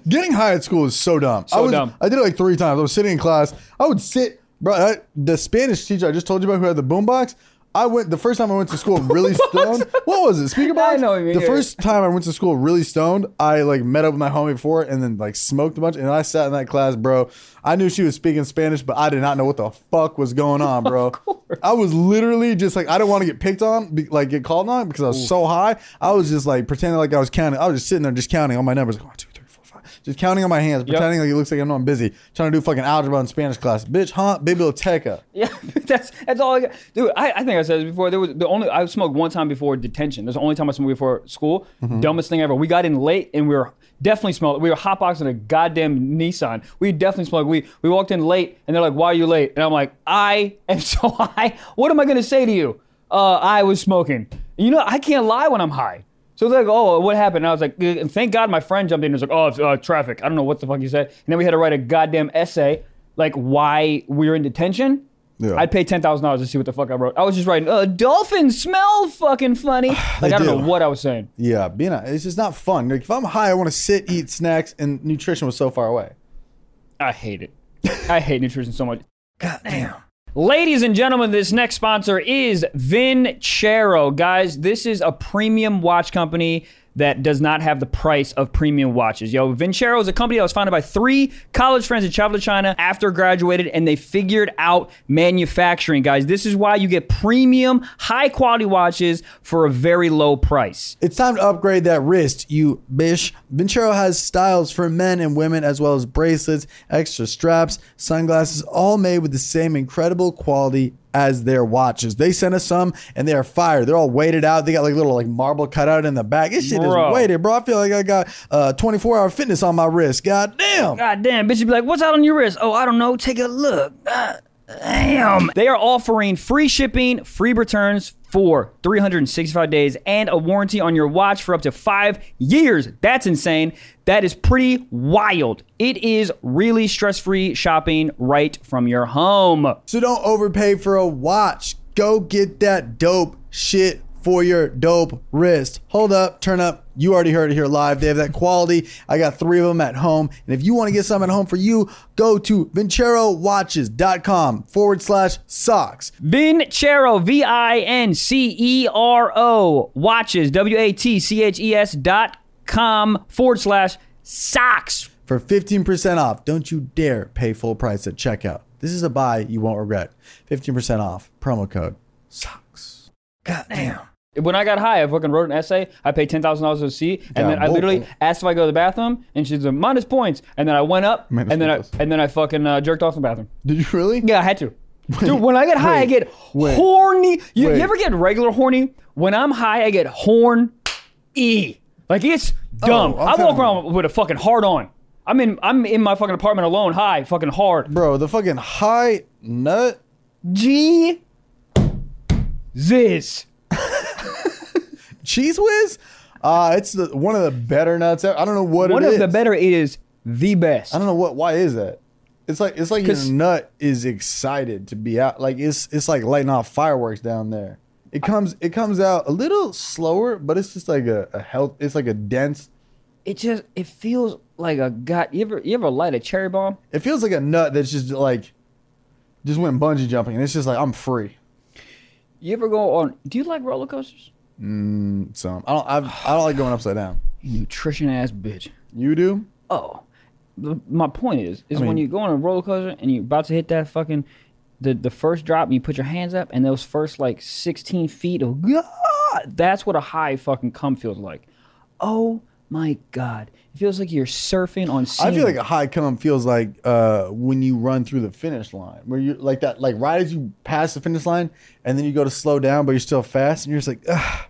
Getting high at school is so dumb. I was, dumb. I did it like three times. I was sitting in class. I would sit, bro. I, the Spanish teacher I just told you about who had the boombox. I went the first time I went to school really stoned. [laughs] What was it? Speaker box. know what you mean, The yeah. first time I went to school really stoned, I like met up with my homie before and then like smoked a bunch. And I sat in that class, bro. I knew she was speaking Spanish, but I did not know what the fuck was going on, [laughs] bro. I was literally just like, I didn't want to get picked on, be- like get called on because I was so high. I was just like pretending like I was counting. I was just sitting there just counting all my numbers. Like, one, two, three, four, five. Just counting on my hands, pretending like it looks like I know I'm busy, trying to do fucking algebra in Spanish class. Bitch, huh? Biblioteca. [laughs] Yeah, that's that's all I got. Dude, I, I think I said this before. There was the only I smoked one time before detention. That's the only time I smoked before school. Dumbest thing ever. We got in late and we were definitely smoked. We were hotboxing a goddamn Nissan. We definitely smoked. We we walked in late and they're like, "Why are you late?" And I'm like, "I am [laughs] so high. What am I gonna say to you? Uh, I was smoking. You know, I can't lie when I'm high." So they're like, oh, what happened? And I was like, "Uh, and thank God my friend jumped in and was like, oh, it's, uh, traffic. I don't know what the fuck he said. And then we had to write a goddamn essay, like why we were in detention. Yeah. I'd pay ten thousand dollars to see what the fuck I wrote. I was just writing, uh, dolphins smell [sighs] fucking funny. Like I don't do. know what I was saying. Yeah, being a, it's just not fun. Like if I'm high, I want to sit, eat snacks, and nutrition was so far away. I hate it. I hate nutrition so much. Goddamn. Ladies and gentlemen, this next sponsor is Vincero. Guys, this is a premium watch company that does not have the price of premium watches. Yo, Vincero is a company that was founded by three college friends that traveled to China after graduated and they figured out manufacturing. Guys, this is why you get premium, high quality watches for a very low price. It's time to upgrade that wrist, you bish. Ventura has styles for men and women, as well as bracelets, extra straps, sunglasses, all made with the same incredible quality as their watches. They sent us some, and they are fire. They're all weighted out. They got like little like marble cutout in the back. This shit Bro. is weighted, bro. I feel like I got uh 24 hour fitness on my wrist. God damn. God damn, bitch, you'd be like, what's out on your wrist? Oh, I don't know. Take a look. Ah, damn. They are offering free shipping, free returns for 365 days, and a warranty on your watch for up to five years. That's insane. That is pretty wild. It is really stress free shopping right from your home. So don't overpay for a watch. Go get that dope shit for your dope wrist. Hold up, turn up. You already heard it here live. They have that quality. I got three of them at home. And if you want to get some at home for you, go to vincerowatches.com forward slash socks. Vincero, V I N C E R O, watches, W A T C H E S dot com forward slash socks. for 15% off. Don't you dare pay full price at checkout. This is a buy you won't regret. 15% off. Promo code SOCKS. when I got high, I fucking wrote an essay. I paid ten thousand dollars to see, and Yeah, then I whoa. literally asked if I go to the bathroom, and she's like minus points. And then I went up, Minus and then I, points. and then I fucking uh, jerked off in the bathroom. Did you really? Yeah, I had to. Dude, when I get high, I wait, get wait, horny. You, wait. you ever get regular horny? When I'm high, I get horn e. Like it's dumb. Oh, I'm I walk telling around with a fucking hard on. I'm in I'm in my fucking apartment alone, high, fucking hard. Bro, the fucking high nut. G ziz. Cheese Whiz? Uh, it's the, one of the better nuts ever. I don't know what One it of is. the better it is the best. I don't know what. Why is that? It's like it's like your 'Cause- nut is excited to be out. Like it's it's like lighting off fireworks down there. It comes it comes out a little slower, but it's just like a, a health. It's like a dense. it just it feels like a god. You ever you ever light a cherry bomb? It feels like a nut that's just like just went bungee jumping, and it's just like I'm free. You ever go on? Do you like roller coasters? So I don't I've, I don't like going upside down. You nutrition ass bitch. You do? Oh, the- my point is is when mean- you go on a roller coaster and you're about to hit that fucking the the first drop and you put your hands up and those first like 16 feet of god, that's what a high fucking cum feels like. Oh my god, it feels like you're surfing on. Sand. I feel like a high cum feels like uh, when you run through the finish line, where you like that, like right as you pass the finish line, and then you go to slow down, but you're still fast, and you're just like, Ugh.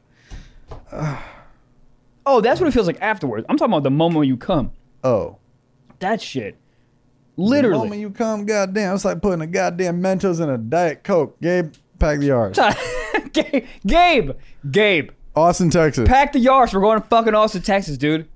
oh, that's what it feels like afterwards. I'm talking about the moment you come. oh, That shit, The moment literally. you come, goddamn, it's like putting a goddamn Mentos in a Diet Coke. Gabe, pack the yards. [laughs] Gabe, Gabe, Gabe, Austin, Texas. pack the yards. We're going to fucking Austin, Texas, dude.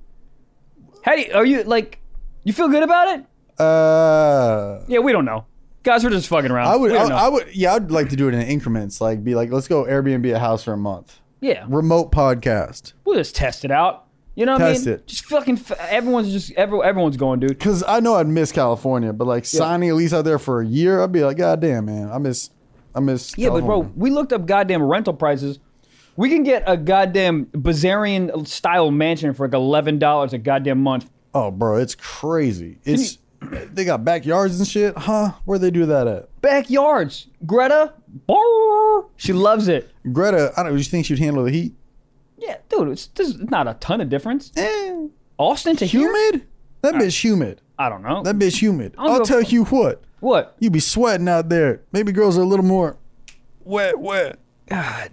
How do you, are you like? You feel good about it? uh, Yeah, we don't know, guys. We're just fucking around. I would, We I, don't know. I would, yeah, I'd like to do it in increments. Like, be like, let's go Airbnb a house for a month. yeah, Remote podcast. we'll just test it out. You know what Test I mean? it. Just fucking. F- everyone's just every, everyone's going, dude. Cause I know I'd miss California, but like signing a lease out there for a year, I'd be like, goddamn, man, I miss, I miss. Yeah, but bro, California." we looked up goddamn rental prices. We can get a goddamn Bazarian style mansion for like eleven dollars a goddamn month. oh, bro, it's crazy. It's [clears throat] they got backyards and shit, huh? Where they do that at? Backyards, Greta, brr, she loves it. Greta, I don't. You think she'd handle the heat? Yeah, dude, it's, there's not a ton of difference. Eh, Austin to here, humid. That bitch humid. I don't know. That bitch humid. don't I'll give a tell you what. what? You be sweating out there. Maybe girls are a little more wet, wet. God,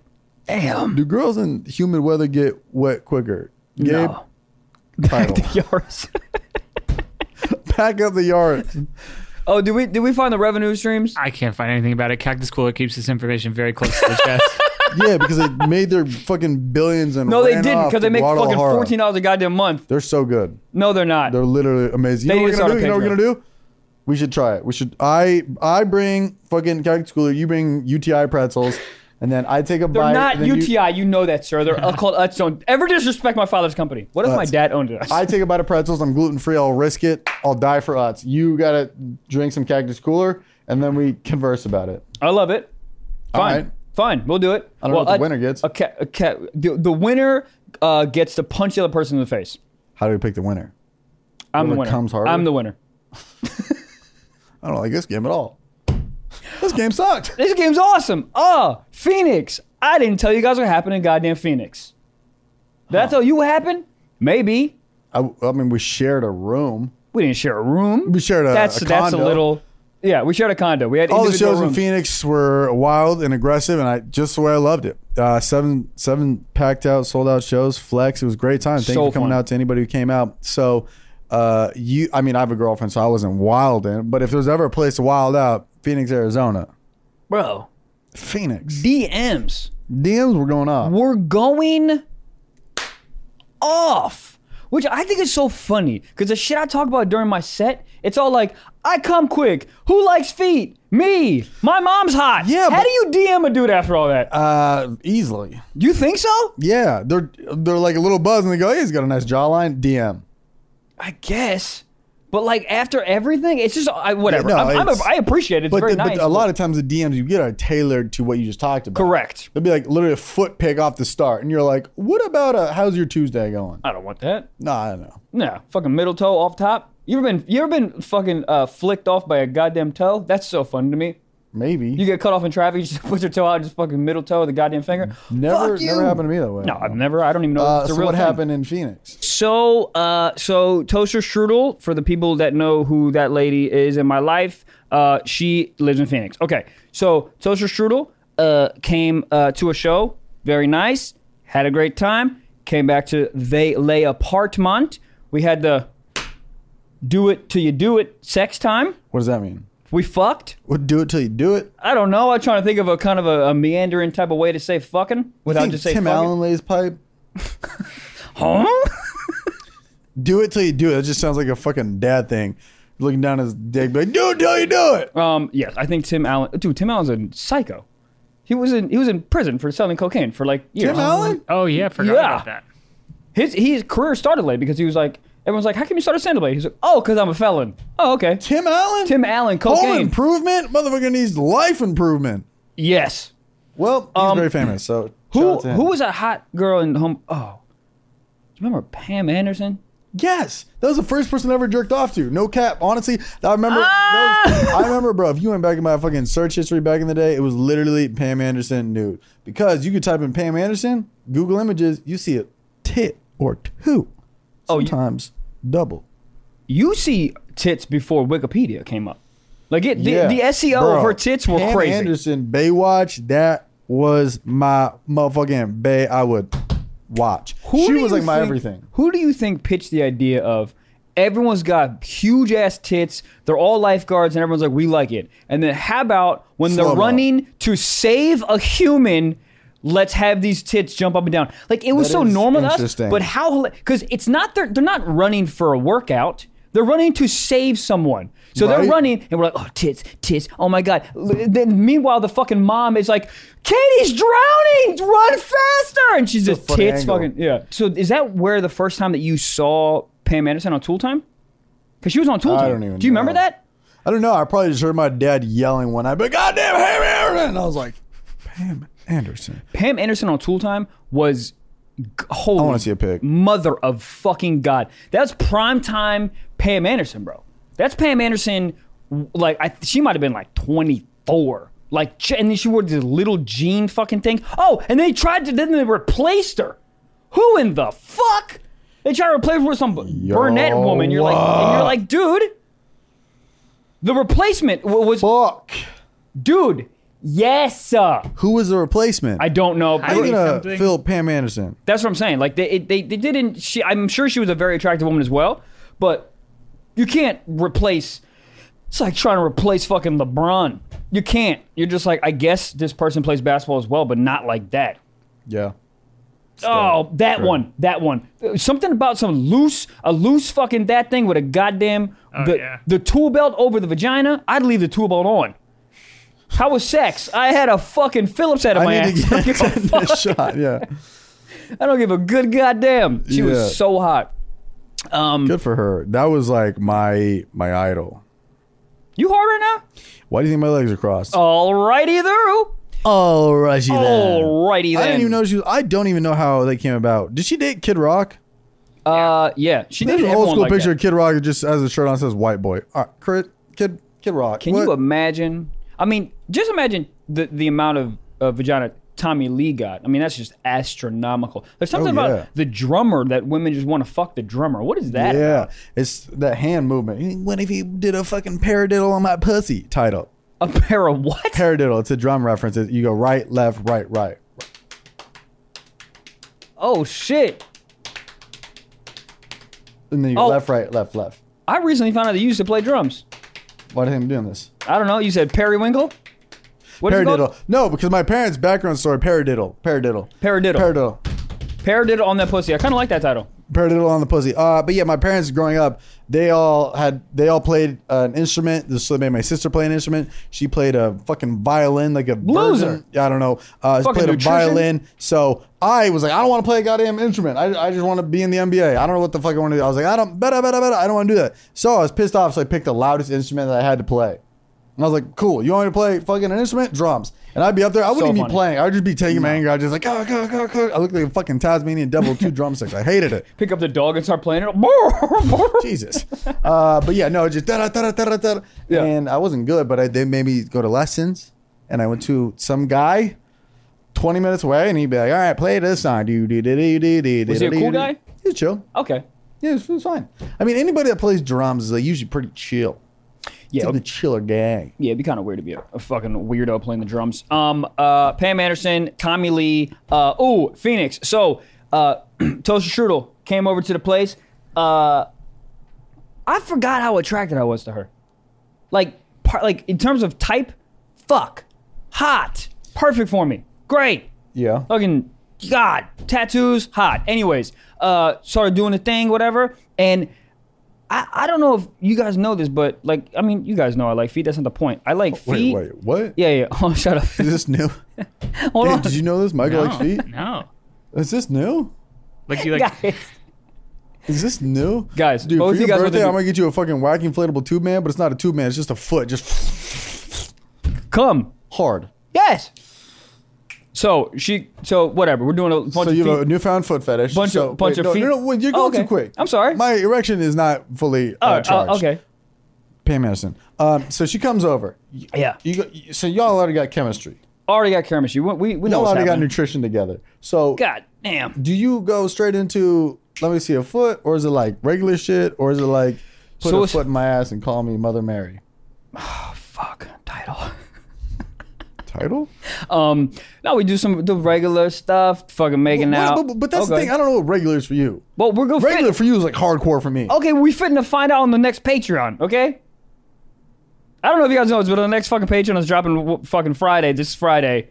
damn. Do girls in humid weather get wet quicker? Gabe, [laughs] No. title. Yards. pack up the yard. oh, did we did we find the revenue streams? I can't find anything about it. Cactus Cooler keeps this information very close to the [laughs] chest. Yeah, because they made their fucking billions and No, they ran didn't off because they to make fucking Guadalajara. fourteen dollars a goddamn month. They're so good. No, they're not. They're literally amazing. You They know need what to we're gonna do? start You know a what we're gonna do? We should try it. We should. I I bring fucking Cactus Cooler. You bring UTI pretzels, and then I take a They're bite. not and then you- UTI. You, know that, sir. [laughs] They're uh, called Utz. Don't ever disrespect my father's company. What if my Utz. dad owned it? I take a bite of pretzels. I'm gluten free. I'll risk it. I'll die for Utz. You gotta drink some Cactus Cooler, and then we converse about it. I love it. Fine. right. Fine. We'll do it. I don't know what the winner gets. Okay. Okay. The, the winner uh, gets to punch the other person in the face. How do we pick the winner? I'm the Whoever winner. comes harder? I'm the winner. I don't like this game at all. This game sucked. This game's awesome. Oh, Phoenix. I didn't tell you guys what happened in goddamn Phoenix. Did I tell you what happened? Maybe. I, I mean, we shared a room. We didn't share a room. We shared a that's a that's a condo. little. Yeah, we shared a condo. We had All the individual shows in rooms. Phoenix were wild and aggressive, and I just the way I loved it. Uh, seven seven packed out, sold out shows. Flex, it was a great time. Thank So you for coming fun. out to anybody who came out. So, uh, you, I mean, I have a girlfriend, so I wasn't wild in. But if there was ever a place to wild out, Phoenix, Arizona, bro. Phoenix. DMs. DMs were going off. we're going off which i think is so funny because the shit i talk about during my set it's all like i come quick who likes feet me my mom's hot Yeah, how but- do you dm a dude after all that Uh, easily. you think so Yeah, they're they're like a little buzz, and they go, "Hey, he's got a nice jawline." DM. i guess but like after everything it's just I, whatever Yeah, no, I'm, I'm a, it's- i appreciate it it's But, very the- but nice a lot of times the DMs you get are tailored to what you just talked about. correct They'll be like literally a foot pick off the start, and you're like, "What about a how's your Tuesday going?" i don't want that No, I don't know. nah fucking middle toe off top you ever been you ever been fucking uh, flicked off by a goddamn toe that's so funny to me Maybe You get cut off in traffic, [laughs] you just put your toe out, just fucking middle toe with the goddamn finger. never Fuck you. never happened to me that way. No, I've never. I don't even know if Uh, it's a so real what thing. happened in Phoenix? So, uh, so Toaster Strudel, for the people that know who that lady is in my life, uh, she lives in Phoenix. Okay, so Toaster Strudel uh, came uh, to a show, very nice, had a great time. Came back to They Lay Apartment. We had the do it till you do it sex time. What does that mean? We fucked. Well, do it till you do it. I don't know. I'm trying to think of a kind of a, a meandering type of way to say fucking You without think just saying Tim fucking. Allen lays pipe. Huh? Do it till you do it. That just sounds like a fucking dad thing. Looking down his dick, be like, do it till you do it. Um, yes, I think Tim Allen. Dude, Tim Allen's a psycho. He was in he was in prison for selling cocaine for like years. Tim Allen? Oh yeah, I forgot Yeah. about that. His his career started late because he was like everyone's like, how can you start a stand late? He's like, oh, because I'm a felon. Oh, okay. Tim Allen? Tim Allen, Home cocaine. improvement? Motherfucker needs life improvement. yes. Well, he's Um, very famous, so Who shout out to him. who was a hot girl in home? Oh, you remember Pam Anderson? Yes, that was the first person I ever jerked off to. No cap. Honestly, I remember. that was- [laughs] Ah! I remember, bro. If you went back in my fucking search history back in the day, it was literally Pam Anderson nude because you could type in Pam Anderson, Google Images, you see a tit or two, Oh, you- sometimes double. You see tits before Wikipedia came up. Like it, the, Yeah, the SEO bro. of her tits were Pam crazy. Anderson, Baywatch, that was my motherfucking Bay. I would watch. she do was you like my think- everything. Who do you think pitched the idea of everyone's got huge ass tits, they're all lifeguards, and everyone's like, we like it. And then how about when Slow-mo. they're running to save a human? Let's have these tits jump up and down. Like it was That so is normal to us, interesting. but how? Because it's not they're they're not running for a workout. They're running to save someone. So Right. they're running, and we're like, oh tits, tits, oh my god. L- Then meanwhile, the fucking mom is like, Katie's drowning, run faster, and she's just funny tits angle. fucking yeah. So is that where the first time that you saw Pam Anderson on Tool Time? Because she was on Tool I Time. don't even Do you remember know. that? I don't know. I probably just heard my dad yelling one night, but goddamn Pam Anderson. And I was like, Pam Anderson. Pam Anderson on Tool Time was g- holy. I wanna see a pic. Mother of fucking god, that's prime time Pam Anderson, bro. That's Pam Anderson. w- Like I, she might have been like twenty four. Like ch- and then she wore this little jean fucking thing. Oh, and they tried to then they replaced her. Who in the fuck? They tried to replace her with some brunette woman. You're like, and you're like, dude. The replacement w- was Fuck. dude. Yes, sir. Who was the replacement? I don't know. How but- you think gonna something- fill Pam Anderson? That's what I'm saying. Like they it- they, they didn't. She, I'm sure she was a very attractive woman as well, but you can't replace. It's like trying to replace fucking LeBron. You can't. You're just like I guess this person plays basketball as well, but not like that. Yeah. Oh, that one, that one. Uh, Something about some loose, a loose fucking that thing with a goddamn Oh, the yeah. the tool belt over the vagina. I'd leave the tool belt on. How was sex? I had a fucking Phillips out of my I need ass. to [laughs] I don't get give a fuck. a [laughs] shot. Yeah. I don't give a good goddamn. She Yeah. was so hot. Um, Good for her. That was like my my idol. you hard right now? Why do you think my legs are crossed? Oh. Alrighty through. Oh, All right, you Alrighty Oh, then. I didn't even know she was. I don't even know how they came about. Did she date Kid Rock? Uh, yeah, she did There's an everyone old school like picture that. of Kid Rock that just has a shirt on that says white boy. All right, Kid Kid Kid Rock. Can you imagine? I mean, just imagine the the amount of uh, vagina Tommy Lee got. I mean, that's just astronomical. There's something Oh, yeah. about the drummer that women just want to fuck the drummer. What is that? yeah, it's that hand movement. What if you did a fucking paradiddle on my pussy? Title A pair of what? paradiddle. It's a drum reference. It- You go right, left, right, right. oh shit! And then you go Oh. left, right, left, left. I recently found out they used to play drums. Why do you think I'm doing this? I don't know. You said periwinkle. What is it called? Paradiddle. No, because my parents' background story, paradiddle. Paradiddle. Paradiddle. Paradiddle. Paradiddle on that pussy. I kind of like that title. paradiddle on the pussy. Uh, but yeah, my parents growing up, they all had they all played an instrument. This so they made my sister play an instrument. She played a fucking violin, like a Loser. virgin- I don't know. Uh, she Fucking played nutrition. a violin. So I was like, I don't want to play a goddamn instrument. I, I just want to be in the NBA. I don't know what the fuck I want to do. I was like, I don't better better better. I don't want to do that. So I was pissed off. So I picked the loudest instrument that I had to play. And I was like, cool. You want me to play fucking an instrument? Drums. And I'd be up there. I wouldn't So even funny. be playing. I would just be taking my anger. I'd just like, "Ah, go, go, go, go. I looked like a fucking Tasmanian devil [laughs] with two drumsticks. I hated it. Pick up the dog and start playing it. [laughs] Jesus. Uh, but yeah, no, just da da da da da da. Yeah. And I wasn't good, but I, they made me go to lessons, and I went to some guy. 20 minutes away, and he'd be like, All right, play this song. Do, do, do, do, do, do, Was he a do, cool do. guy? He was chill. Okay. Yeah, it was, it was fine. I mean, anybody that plays drums is like, usually pretty chill. Yeah. It's the chiller gang. Yeah, it'd be kind of weird to be a, a fucking weirdo playing the drums. Um, uh, Pam Anderson, Tommy Lee, uh, ooh, Phoenix. So, uh, [clears throat] Toaster Strudel came over to the place. Uh, I forgot how attracted I was to her. Like, par- like in terms of type, fuck, hot, perfect for me, great Yeah. fucking god tattoos hot anyways uh started doing the thing whatever and i i don't know if you guys know this but like i mean you guys know i like feet that's not the point i like Oh, Wait, feet wait, what? yeah yeah [laughs] oh shut up Is this new? hold Hey, on did you know this? Michael likes feet? Oh, No. Is this new? Like [laughs] you like guys Is this new? Guys, dude, both for you your guys went to birthday, the- I'm gonna get you a fucking whack inflatable tube man, but it's not a tube man, it's just a foot, just come hard. yes So she, so whatever. We're doing a bunch so of you have a feet- newfound foot fetish. Bunch of- so, bunch wait, of no, feet- No, no, wait, you're Oh, going okay. too quick. I'm sorry. My erection is not fully uh, Oh, uh, charged. okay. Pam Anderson. Um, so she comes over. Y- Yeah. You go, y- so y'all already got chemistry. Already got chemistry. We, we, we know Y'all what's already got happening. nutrition together. So God damn. do you go straight into let me see a foot, or is it like regular shit, or is it like put a So it's- foot in my ass and call me Mother Mary? Fuck. Title. [laughs] Title? Um, no, we do some the regular stuff, fucking making Well, out. But, but- but that's the Okay. thing. I don't know what regular is for you. Well, we're gonna Regular Fit, Oh, for you is like hardcore for me. okay, we fitting to find out on the next Patreon. Okay. I don't know if you guys know this, but on the next fucking Patreon is dropping w- fucking Friday. This Friday.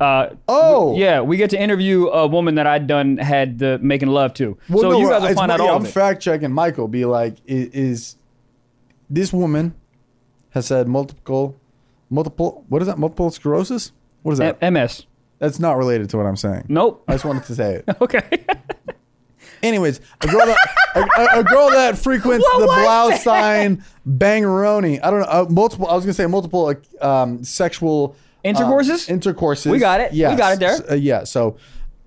Uh, Oh, yeah, we get to interview a woman that I'd done had the making love to. Well, so no, you guys will it's find my- out yeah, all I'm of it. fact checking Michael. Be like, is, is this woman has had multiple, multiple? What is that? Multiple sclerosis? What is that? M- MS. That's not related to what I'm saying. Nope. [laughs] I just wanted to say it. Okay. Anyways, a girl that a, a- a girl that frequents What the was blouse that? sign bangaroni. I don't know. Uh, multiple. I was gonna say multiple like, um, sexual um, Intercourses? intercourses. We got it. We Yeah, got it there. yeah. So,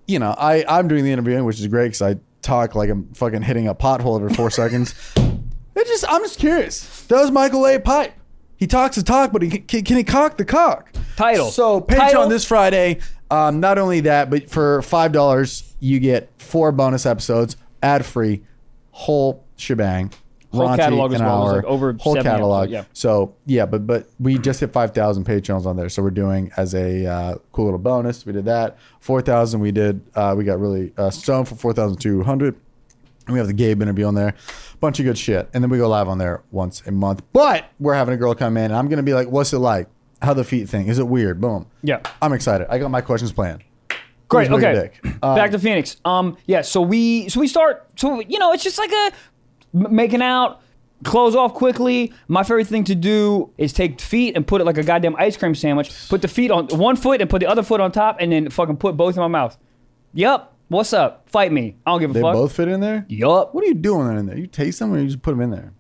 you know, I I'm doing the interviewing, which is great because I talk like I'm fucking hitting a pothole every four seconds. It just I'm just curious. Does Michael A. pipe? He talks the talk, but he can, can he cock the cock? Title. So Patreon Title. this Friday. Um, not only that, but for five dollars, you get four bonus episodes, ad free, whole shebang. Whole Raunchy, catalog as an well. There's hour, like over whole 70 catalog. episodes, yeah. So yeah, but but we just hit five thousand Patreons on there, so we're doing as a uh, cool little bonus. We did that four thousand. We did. Uh, we got really uh, stoned for four thousand two hundred. And we have the Gabe interview on there. Bunch of good shit. And then we go live on there once a month. But we're having a girl come in and I'm gonna be like, what's it like? How the feet thing? Is it weird? Boom. Yeah. I'm excited. I got my questions planned. Great. Who's big Okay. dick? [clears throat] Back to Phoenix. Um. Yeah. So we so we start. So you know, it's just like a m- making out. Close off quickly. My favorite thing to do is take feet and put it like a goddamn ice cream sandwich. Put the feet on one foot and put the other foot on top, and then fucking put both in my mouth. Yup. What's up? Fight me. I don't give a They fuck. both fit in there? Yup. What are you doing in there? You taste them or you just put them in there?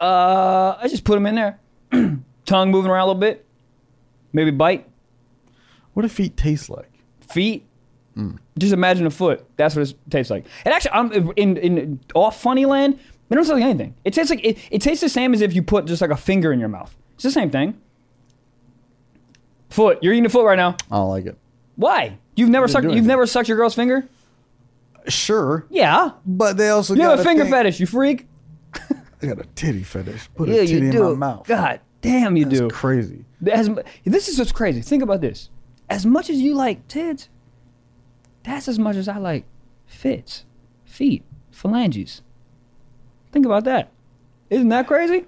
Uh, I just put them in there. [clears throat] Tongue moving around a little bit. Maybe bite. What do feet taste like? feet. Just imagine a foot. That's what it tastes like. And actually, I'm in in off funny land. It don't taste like anything. It tastes like it, it tastes the same as if you put just like a finger in your mouth. It's the same thing. Foot. You're eating a foot right now. I don't like it. Why? You've never sucked. do You've anything. never sucked your girl's finger. Sure. Yeah. But they also You got have a finger thing- fetish. You freak. I got a titty fetish. Put Yeah, a titty you in do. my mouth. God damn, you do. It's crazy. As, mu- this is what's crazy. Think about this. As much as you like tits, that's as much as I like fits, feet, phalanges. Think about that. Isn't that crazy?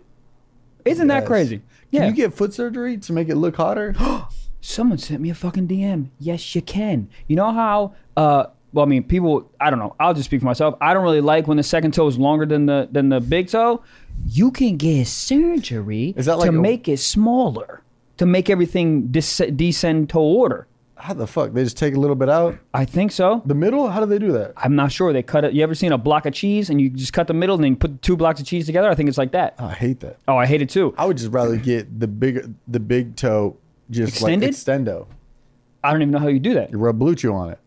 Isn't that Yes. crazy? Can Yeah. you get foot surgery to make it look hotter? [gasps] Someone sent me a fucking DM. Yes, you can. You know how? Uh, well, I mean, people. I don't know. I'll just speak for myself. I don't really like when the second toe is longer than the than the big toe. You can get surgery Is that like to a- make it smaller, to make everything dis- descend to order. How the fuck? They just take a little bit out? I think so. The middle? How do they do that? I'm not sure. They cut it. You ever seen a block of cheese and you just cut the middle and then you put two blocks of cheese together? I think it's like that. I hate that. Oh, I hate it too. I would just rather get the big the big toe just Extended? like extendo. I don't even know how you do that. You rub blue chew on it.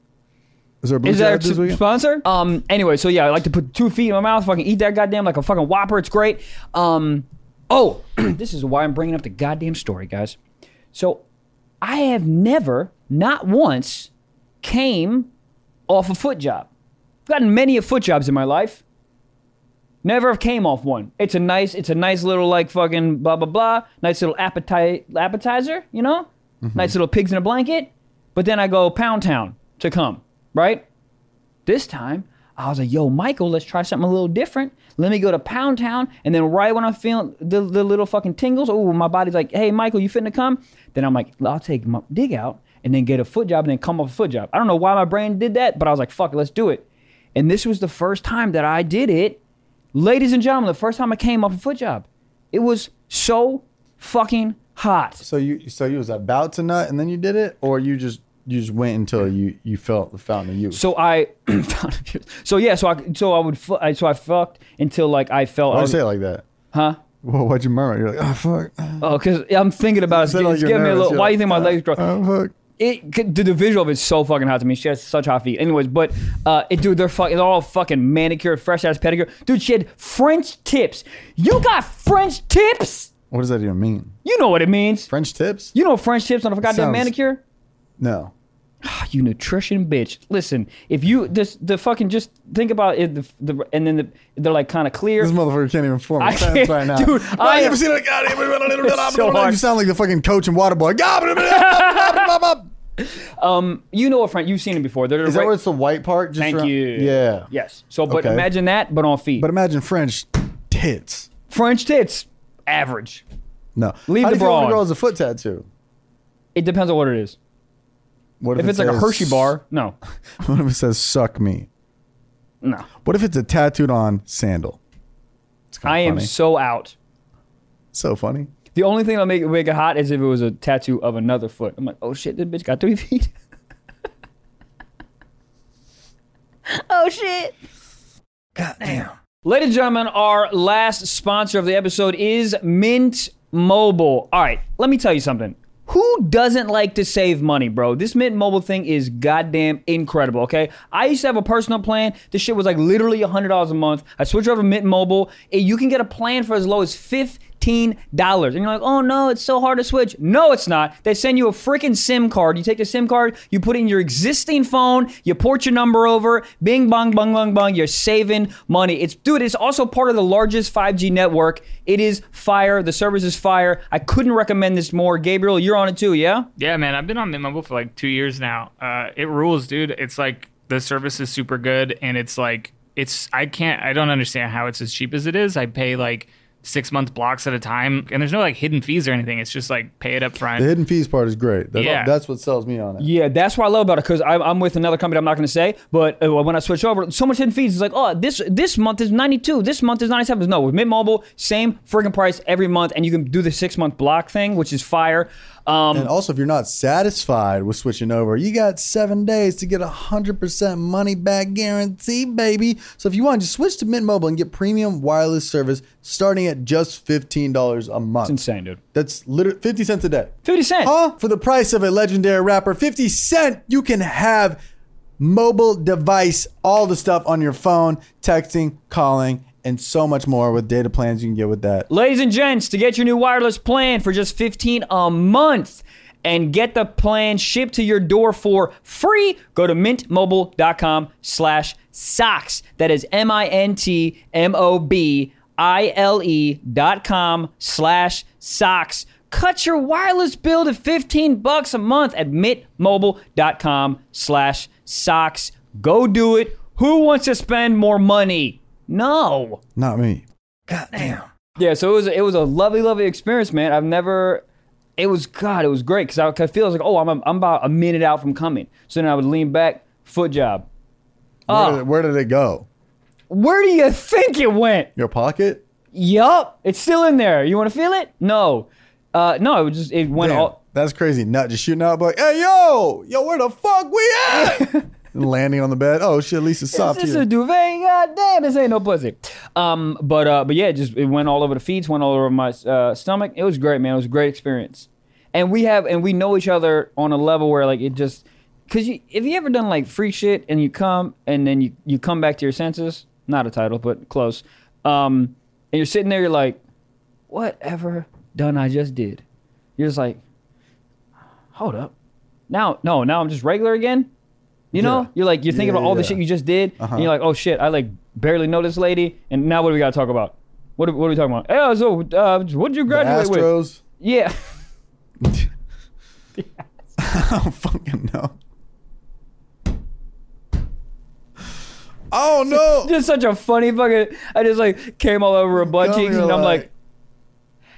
Is there a blue Is chew that a out this t- weekend? sponsor? Um. Anyway, so yeah, I like to put two feet in my mouth, fucking eat that goddamn like a fucking whopper. It's great. Um. [clears throat] Oh, this is why I'm bringing up the goddamn story, guys. So, I have never, not once, came off a foot job. gotten many of foot jobs in my life. Never came off one. It's a nice, it's a nice little like fucking blah blah blah. Nice little appetite appetizer, you know. Mm-hmm. Nice little pigs in a blanket. But then I go Pound Town to come, right? This time I was like, Yo, Michael, let's try something a little different. Let me go to Pound Town, and then right when I'm feeling the, the little fucking tingles, oh, my body's like, Hey, Michael, you finna come? Then I'm like, I'll take my dig out and then get a foot job and then come off a foot job. I don't know why my brain did that, but I was like, Fuck, it, let's do it. And this was the first time that I did it Ladies and gentlemen, the first time I came off a foot job, it was so fucking hot. So you so you was about to nut and then you did it, or you just you just went until you you felt the fountain of youth. So I [clears throat] found so yeah, so I so I would fu- I, so I fucked until like I felt Why do I you was- say it like that? huh? Well, what'd you murmur? You're like, oh fuck. Oh, because I'm thinking about it. Said like It's you're giving me a nervous, little. you're Why like, do you think my legs grow? Oh fuck. it could- the, the visual of it's so fucking hot to me. She has such hot feet. Anyways, but uh, it, dude, they're fucking they're all fucking manicured, fresh ass pedicure. Dude, she had French tips. You got French tips? What does that even mean? You know what it means. French tips? You know French tips on a goddamn Sounds- manicure? Ah, No. you nutrition bitch. Listen, if you this the fucking just think about it, the, the and then the, they're like kind of clear. This motherfucker can't even form a I sentence can't- right now. [laughs] dude, I I am- never seen a It's so goddamn. hard. You sound like the fucking coach and water boy. Is [laughs] Um, you know a friend you've seen it before. They're that right- where it's the white part? Just Thank around- you. Yeah. Yes. So, but Okay. imagine that, but on feet. But imagine French tits. French tits, average. No. Leave How do the you feel bra when a on. girl has a foot tattoo? It depends on what it is. What If it it's like a says- Hershey bar, no, [laughs] What if it says "suck me"? no. What if it's a tattooed on sandal? It's kinda I am funny. so out. so funny. The only thing that'll make, make it hot is if it was a tattoo of another foot. I'm like, oh shit, this bitch got three [laughs] feet. Oh shit. Ladies and gentlemen, our last sponsor of the episode is Mint Mobile. All right, let me tell you something. Who doesn't like to save money, bro? This Mint Mobile thing is goddamn incredible, okay? I used to have a personal plan. This shit was like literally $100 a month. I switched over to Mint Mobile. and you can get a plan for as low as $15. And you're like, oh no, it's so hard to switch. No, it's not. They send you a freaking SIM card. You take the SIM card, you put it in your existing phone, you port your number over, bing, bong, bong, bong, bong. You're saving money. It's, dude, it's also part of the largest 5G network. It is fire. The service is fire. I couldn't recommend this more. Gabriel, you're on it too, yeah? Yeah, man, I've been on Mint Mobile for like two years now. Uh, it rules, dude. It's like the service is super good, and it's like it's I can't I don't understand how it's as cheap as it is. I pay like six month blocks at a time, and there's no like hidden fees or anything. It's just like pay it up front. The hidden fees part is great. That's, Yeah. that's what sells me on it. Yeah, that's what I love about it because I'm, I'm with another company I'm not going to say, but uh, when I switch over, so much hidden fees. It's like, oh, this this month is 92, this month is 97. No, with Mint Mobile, same freaking price every month, and you can do the six month block thing, which is fire. Um, And also, if you're not satisfied with switching over, you got seven days to get a hundred percent money back guarantee, baby. So if you want, just switch to Mint Mobile and get premium wireless service starting at just fifteen dollars a month. it's insane, dude. That's literally fifty cents a day. 50 cents. Huh? For the price of a legendary rapper, 50 Cent, you can have mobile device, all the stuff on your phone, texting, calling, and so much more with data plans you can get with that. Ladies and gents, to get your new wireless plan for just 15 a month and get the plan shipped to your door for free, go to mintmobile.com slash socks. That is M-I-N-T-M-O-B-I-L-E E dot com slash socks. Cut your wireless bill to 15 bucks a month at mintmobile.com slash socks. Go do it. Who wants to spend more money? No. Not me. Yeah, so it was it was a lovely, lovely experience, man. I've never. It was God. It was great because I could feel I was like, oh, I'm I'm about a minute out from coming. So then I would lean back, foot job. Where, did, where did it go? Where do you think it went? Your pocket? Yup, it's still in there. You want to feel it? No, uh, no. It was just it went Damn, all. that's crazy. Nut just shooting out, but hey, yo, yo, where the fuck we at? [laughs] And landing on the bed. Oh shit, at least it's soft This is here. a duvet. God damn, this ain't no pussy. Um, but uh, but yeah, it just it went all over the feet, went all over my uh, stomach. It was great, man. It was a great experience. And we have and we know each other on a level where like it just because you if you ever done like free shit and you come and then you you come back to your senses, not a title but close. Um, and you're sitting there, you're like, whatever done I just did. You're just like, hold up. Now, no, now I'm just regular again. You know, Yeah. you're like you're thinking Yeah, about all the yeah. Uh-huh. shit you just did, and you're like, oh shit, I like barely know this lady, and now what do we gotta talk about? What are, what are we talking about? Oh, so uh, what did you graduate with? [laughs] Astros. Yeah, [laughs] I don't fucking know. Oh no. just such a funny fucking. I just like came all over her butt Dumb, cheeks, you're and I'm like,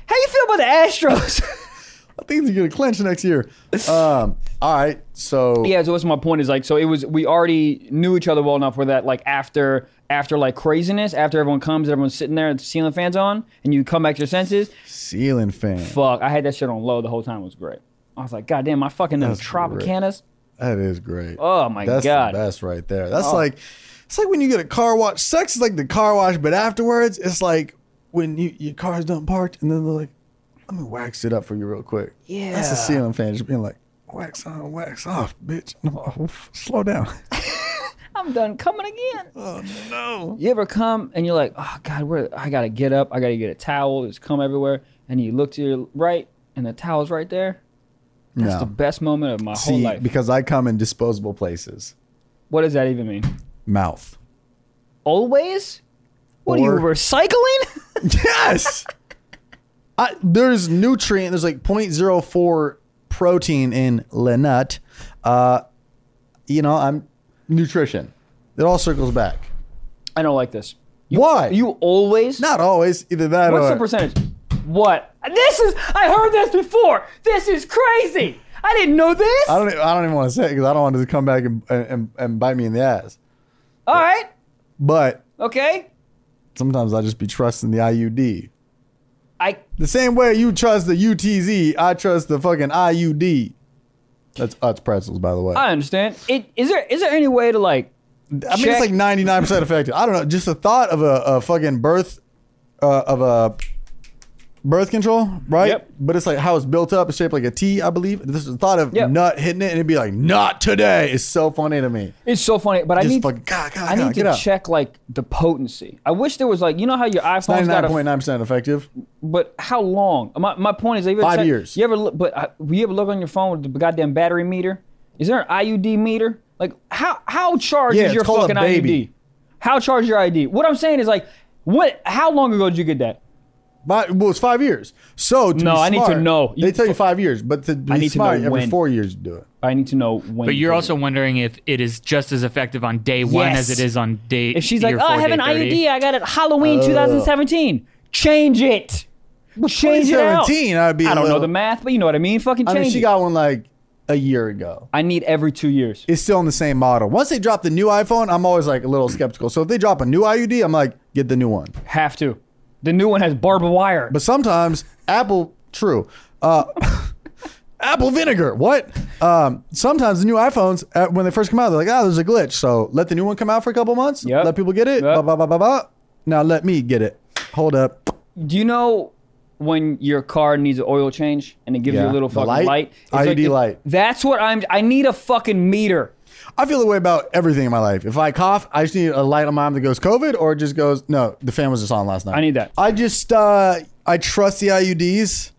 how you feel about the Astros? [laughs] I think they're gonna clinch next year. Um, all right, so yeah, so what's my point is like, so it was we already knew each other well enough where that like after after like craziness, after everyone comes, everyone's sitting there, the ceiling fans on, and you come back to your senses, ceiling fan. fuck, I had that shit on low the whole time. It was great. I was like, God damn, my fucking them That's great. Tropicanas. That is great. Oh my That's god. Oh. the best right there. That's like it's like when you get a car wash. Sex is like the car wash, but afterwards it's like when you your car's done parked, and then they're like, "Let me wax it up for you real quick." Yeah, that's the ceiling fan just being like, Wax on, wax off, bitch. No, [laughs] slow down. I'm done coming again. Oh no. You ever come and you're like, oh God, where I gotta get up, I gotta get a towel, there's cum everywhere, and you look to your right and the towel's right there. That's the No. best moment of my whole See, life. because I come in disposable places. what does that even mean? Mouth. Always? What are Or- you recycling? [laughs] Yes. I, there's nutrient. There's like 0.04 protein in Linut. Uh, you know, I'm nutrition. It all circles back. I don't like this. Why? You always? not always either that What's or the percentage? What? This is. I heard this before. This is crazy. I didn't know this. I don't. I don't even want to say it because I don't want it to come back and, and and bite me in the ass. All right. But Okay. sometimes I just be trusting the IUD. I. The same way you trust the UTZ, I trust the fucking IUD. That's Utz pretzels, by the way. I understand. It is there. Is there any way to like? I mean, Check. it's like ninety nine percent effective. I don't know. Just the thought of a, a fucking birth, uh, of a birth control, right? Yep. But it's like how it's built up, it's shaped like a T, I believe. This is the thought of Yep. nut hitting it, and it'd be like, "Not today." It's so funny to me. It's so funny, but I Just need. fucking, God, God, I God, need get to out. check like the potency. I wish there was like you know how your iPhone's Ninety got nine a point nine percent effective. but how long? My, my point is, have you ever Five check- years. You ever look, but uh, you ever look on your phone with the goddamn battery meter? Is there an IUD meter? Like how how charged Yeah, is it's your called a fucking IUD? baby. How charged your ID? What I'm saying is like what? How long ago did you get that? But well, it's five years. So to be No, I need to smart, know. You They tell you five years, but to be need to smart, know every when. four years you do it. I need to know when. But you you're did also it. wondering if it is just as effective on day one as Yes. it is on day. if she's like, year oh, I four, have day an 30." IUD, I got it Halloween Oh. 2017. Change it. Change it out. 2017, I'd be. I a don't know little- the math, but you know what I mean. Fucking I change mean, she it. got one like a year ago. I need every two years. It's still in the same model. Once they drop the new iPhone, I'm always like a little skeptical. So if they drop a new IUD, I'm like, get the new one. Have to. The new one has barbed wire. But sometimes Apple, true, uh, [laughs] Apple vinegar. What? Um, sometimes the new iPhones uh, when they first come out, they're like, ah, there's a glitch. So let the new one come out for a couple months. Yep. Let people get it. Yep. Blah blah blah blah blah. Now let me get it. Hold up. Do you know when your car needs an oil change and it gives you Yeah. a little The fucking light? light? It's IUD if- light. That's what I'm. I need a fucking meter. I feel the way about everything in my life. If I cough, I just need a light on my arm that goes COVID or it just goes, no, the fan was just on last night. I need that. I just, uh, I trust the IUDs.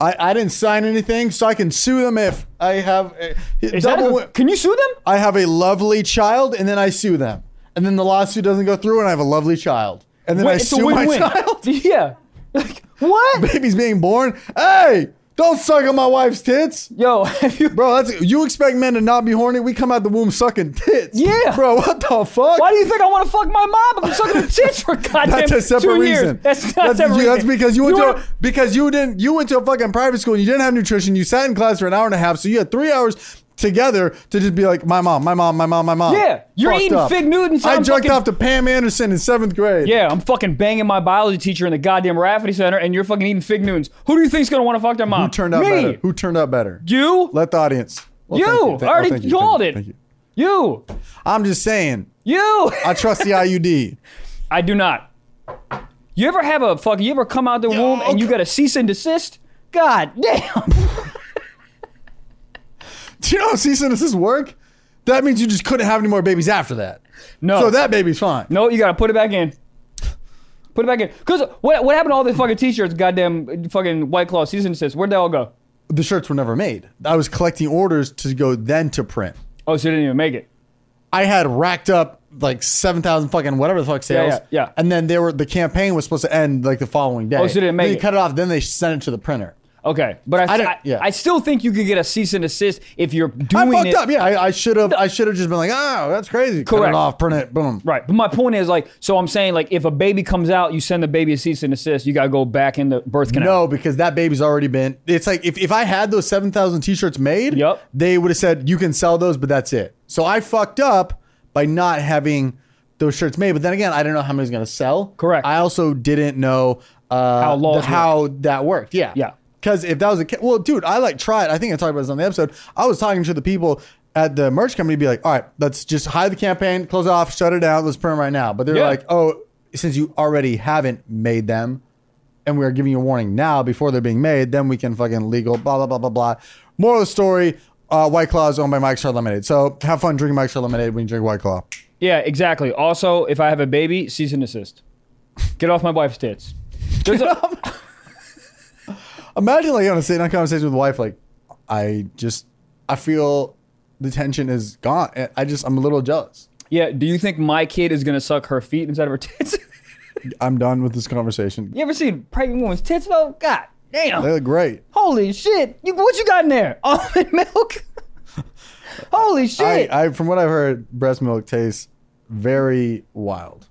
I, I didn't sign anything, so I can sue them if I have a, Is that double. a- win- can you sue them? I have a lovely child, and then I sue them, and then the lawsuit doesn't go through, and I have a lovely child, and then I it's a sue my win-win. child. [laughs] [laughs] Yeah. Like what? Baby's being born. Hey, don't suck on my wife's tits. Yo, have you? Bro, that's you expect men to not be horny? We come out the womb sucking tits. Yeah. Bro, what the fuck? Why do you think I want to fuck my mom? I've been [laughs] sucking her tits for goddamn that's a separate two years. reason. That's not a separate. you- that's reason. because you went You to wanna- because you didn't you went to a fucking private school and you didn't have nutrition. You sat in class for an hour and a half, so you had three hours together to just be like my mom, my mom, my mom, my mom. Yeah, you're Fucked eating up. Fig Newtons, I I'm jerked fucking- off to Pam Anderson in seventh grade. Yeah, I'm fucking banging my biology teacher in the goddamn Rafferty Center, and you're fucking eating fig Newtons. Who do you think's gonna want to fuck their mom? Who turned out Me. better? Who turned out better? You. Let the audience. Well, You. thank Thank- I already thank you. called Thank it. you. Thank you. You. I'm just saying. You. I trust [laughs] the IUD. I do not. You ever have a fuck? You ever come out the womb and you okay. got a cease and desist? God damn! [laughs] Do you know how cease and desist work? That means you just couldn't have any more babies after that. No, So that baby's fine. no, you gotta put it back in. Put it back in. Cause what what happened to all the fucking t-shirts? Goddamn, fucking White Claw cease and desist. Where'd they all go? the shirts were never made. I was collecting orders to go then to print. Oh, so they didn't even make it. I had racked up like seven thousand fucking whatever the fuck sales. yeah, yeah. And then they were the campaign was supposed to end like the following day. so they didn't make Then it. cut it off. Then they sent it to the printer. Okay, but I, I don't- I, yeah. I still think you could get a cease and desist if you're I doing fucked it. up. Yeah, I, I should have. I should have just been like, oh, that's crazy. Cut Correct. it off. Print it. Boom. Right, but my point is like, so I'm saying like, if a baby comes out, you send the baby a cease and desist. You gotta go back in the birth canal. No, because that baby's already been. It's like if, if I had those seven thousand t-shirts made, Yup. they would have said you can sell those, but that's it. So I fucked up by not having those shirts made. But then again, I didn't know how many was gonna sell. Correct. I also didn't know uh, How laws the- how that worked. Yeah. Yeah. Because if that was a ca- well, dude, I like tried. I think I talked about this on the episode. I was talking to the people at the merch company, be like, all right, let's just hide the campaign, close it off, shut it down, let's print right now. But they're Yeah. like, oh, since you already haven't made them, and we are giving you a warning now before they're being made, then we can fucking legal blah blah blah blah blah. Moral of the story: uh, White Claw is owned by Mike's Hard Lemonade. So have fun drinking Mike's Hard Lemonade when you drink White Claw. Yeah, exactly. Also, if I have a baby, cease and assist. Get off my wife's tits. There's a, Imagine like on a sit down conversation with wife, like I just I feel the tension is gone. I- I just I'm a little jealous. [laughs] yeah, do you think my kid is gonna suck her feet instead of her tits? [laughs] I'm done with this conversation. you ever seen pregnant woman's tits though? God damn. They look great. Holy shit! You, what you got in there? [laughs] [laughs] Almond milk. Holy I, shit! I from what I've heard, breast milk tastes very wild.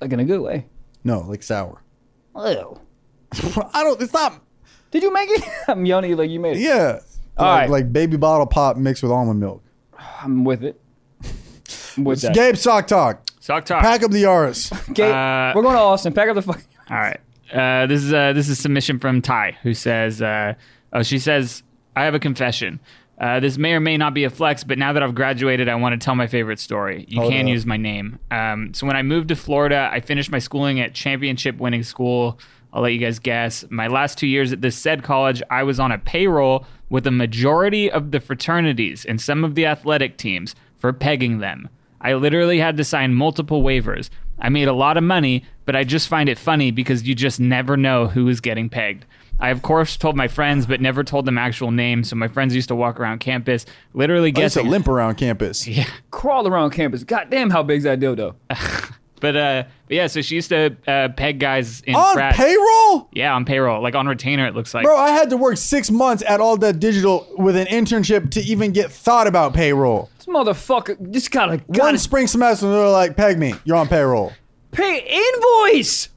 like in a good way. No, like sour. Ew. I don't. It's not. Did you make it? [laughs] I'm yawning like you made it. Yeah. All like, right. like baby bottle pop mixed with almond milk. I'm with it. I'm with that. Gabe sock talk. Sock talk. Pack up the Yaris. Gabe, Uh, we're going to Austin. Pack up the fucking. All right. Uh, this is uh, this is a submission from Ty who says, uh, "Oh, she says I have a confession. Uh, this may or may not be a flex, but now that I've graduated, I want to tell my favorite story. You Hold can up. use my name. Um, so when I moved to Florida, I finished my schooling at championship-winning school. I'll let you guys guess. My last two years at this said college, I was on a payroll with a majority of the fraternities and some of the athletic teams for pegging them. I literally had to sign multiple waivers. I made a lot of money, but I just find it funny because you just never know who is getting pegged. I, of course, told my friends, but never told them actual names. So my friends used to walk around campus, literally Oh, It's a guessing. limp around campus. Crawl around campus. God damn, how big's that dildo? but, uh, but yeah, so she used to uh, peg guys in On frat. payroll? yeah, on payroll, like on retainer, it looks like. Bro, I had to work six months at All That Digital with an internship to even get thought about payroll. This motherfucker just got a One got a spring semester, they were like, peg me. You're on payroll. pay invoice.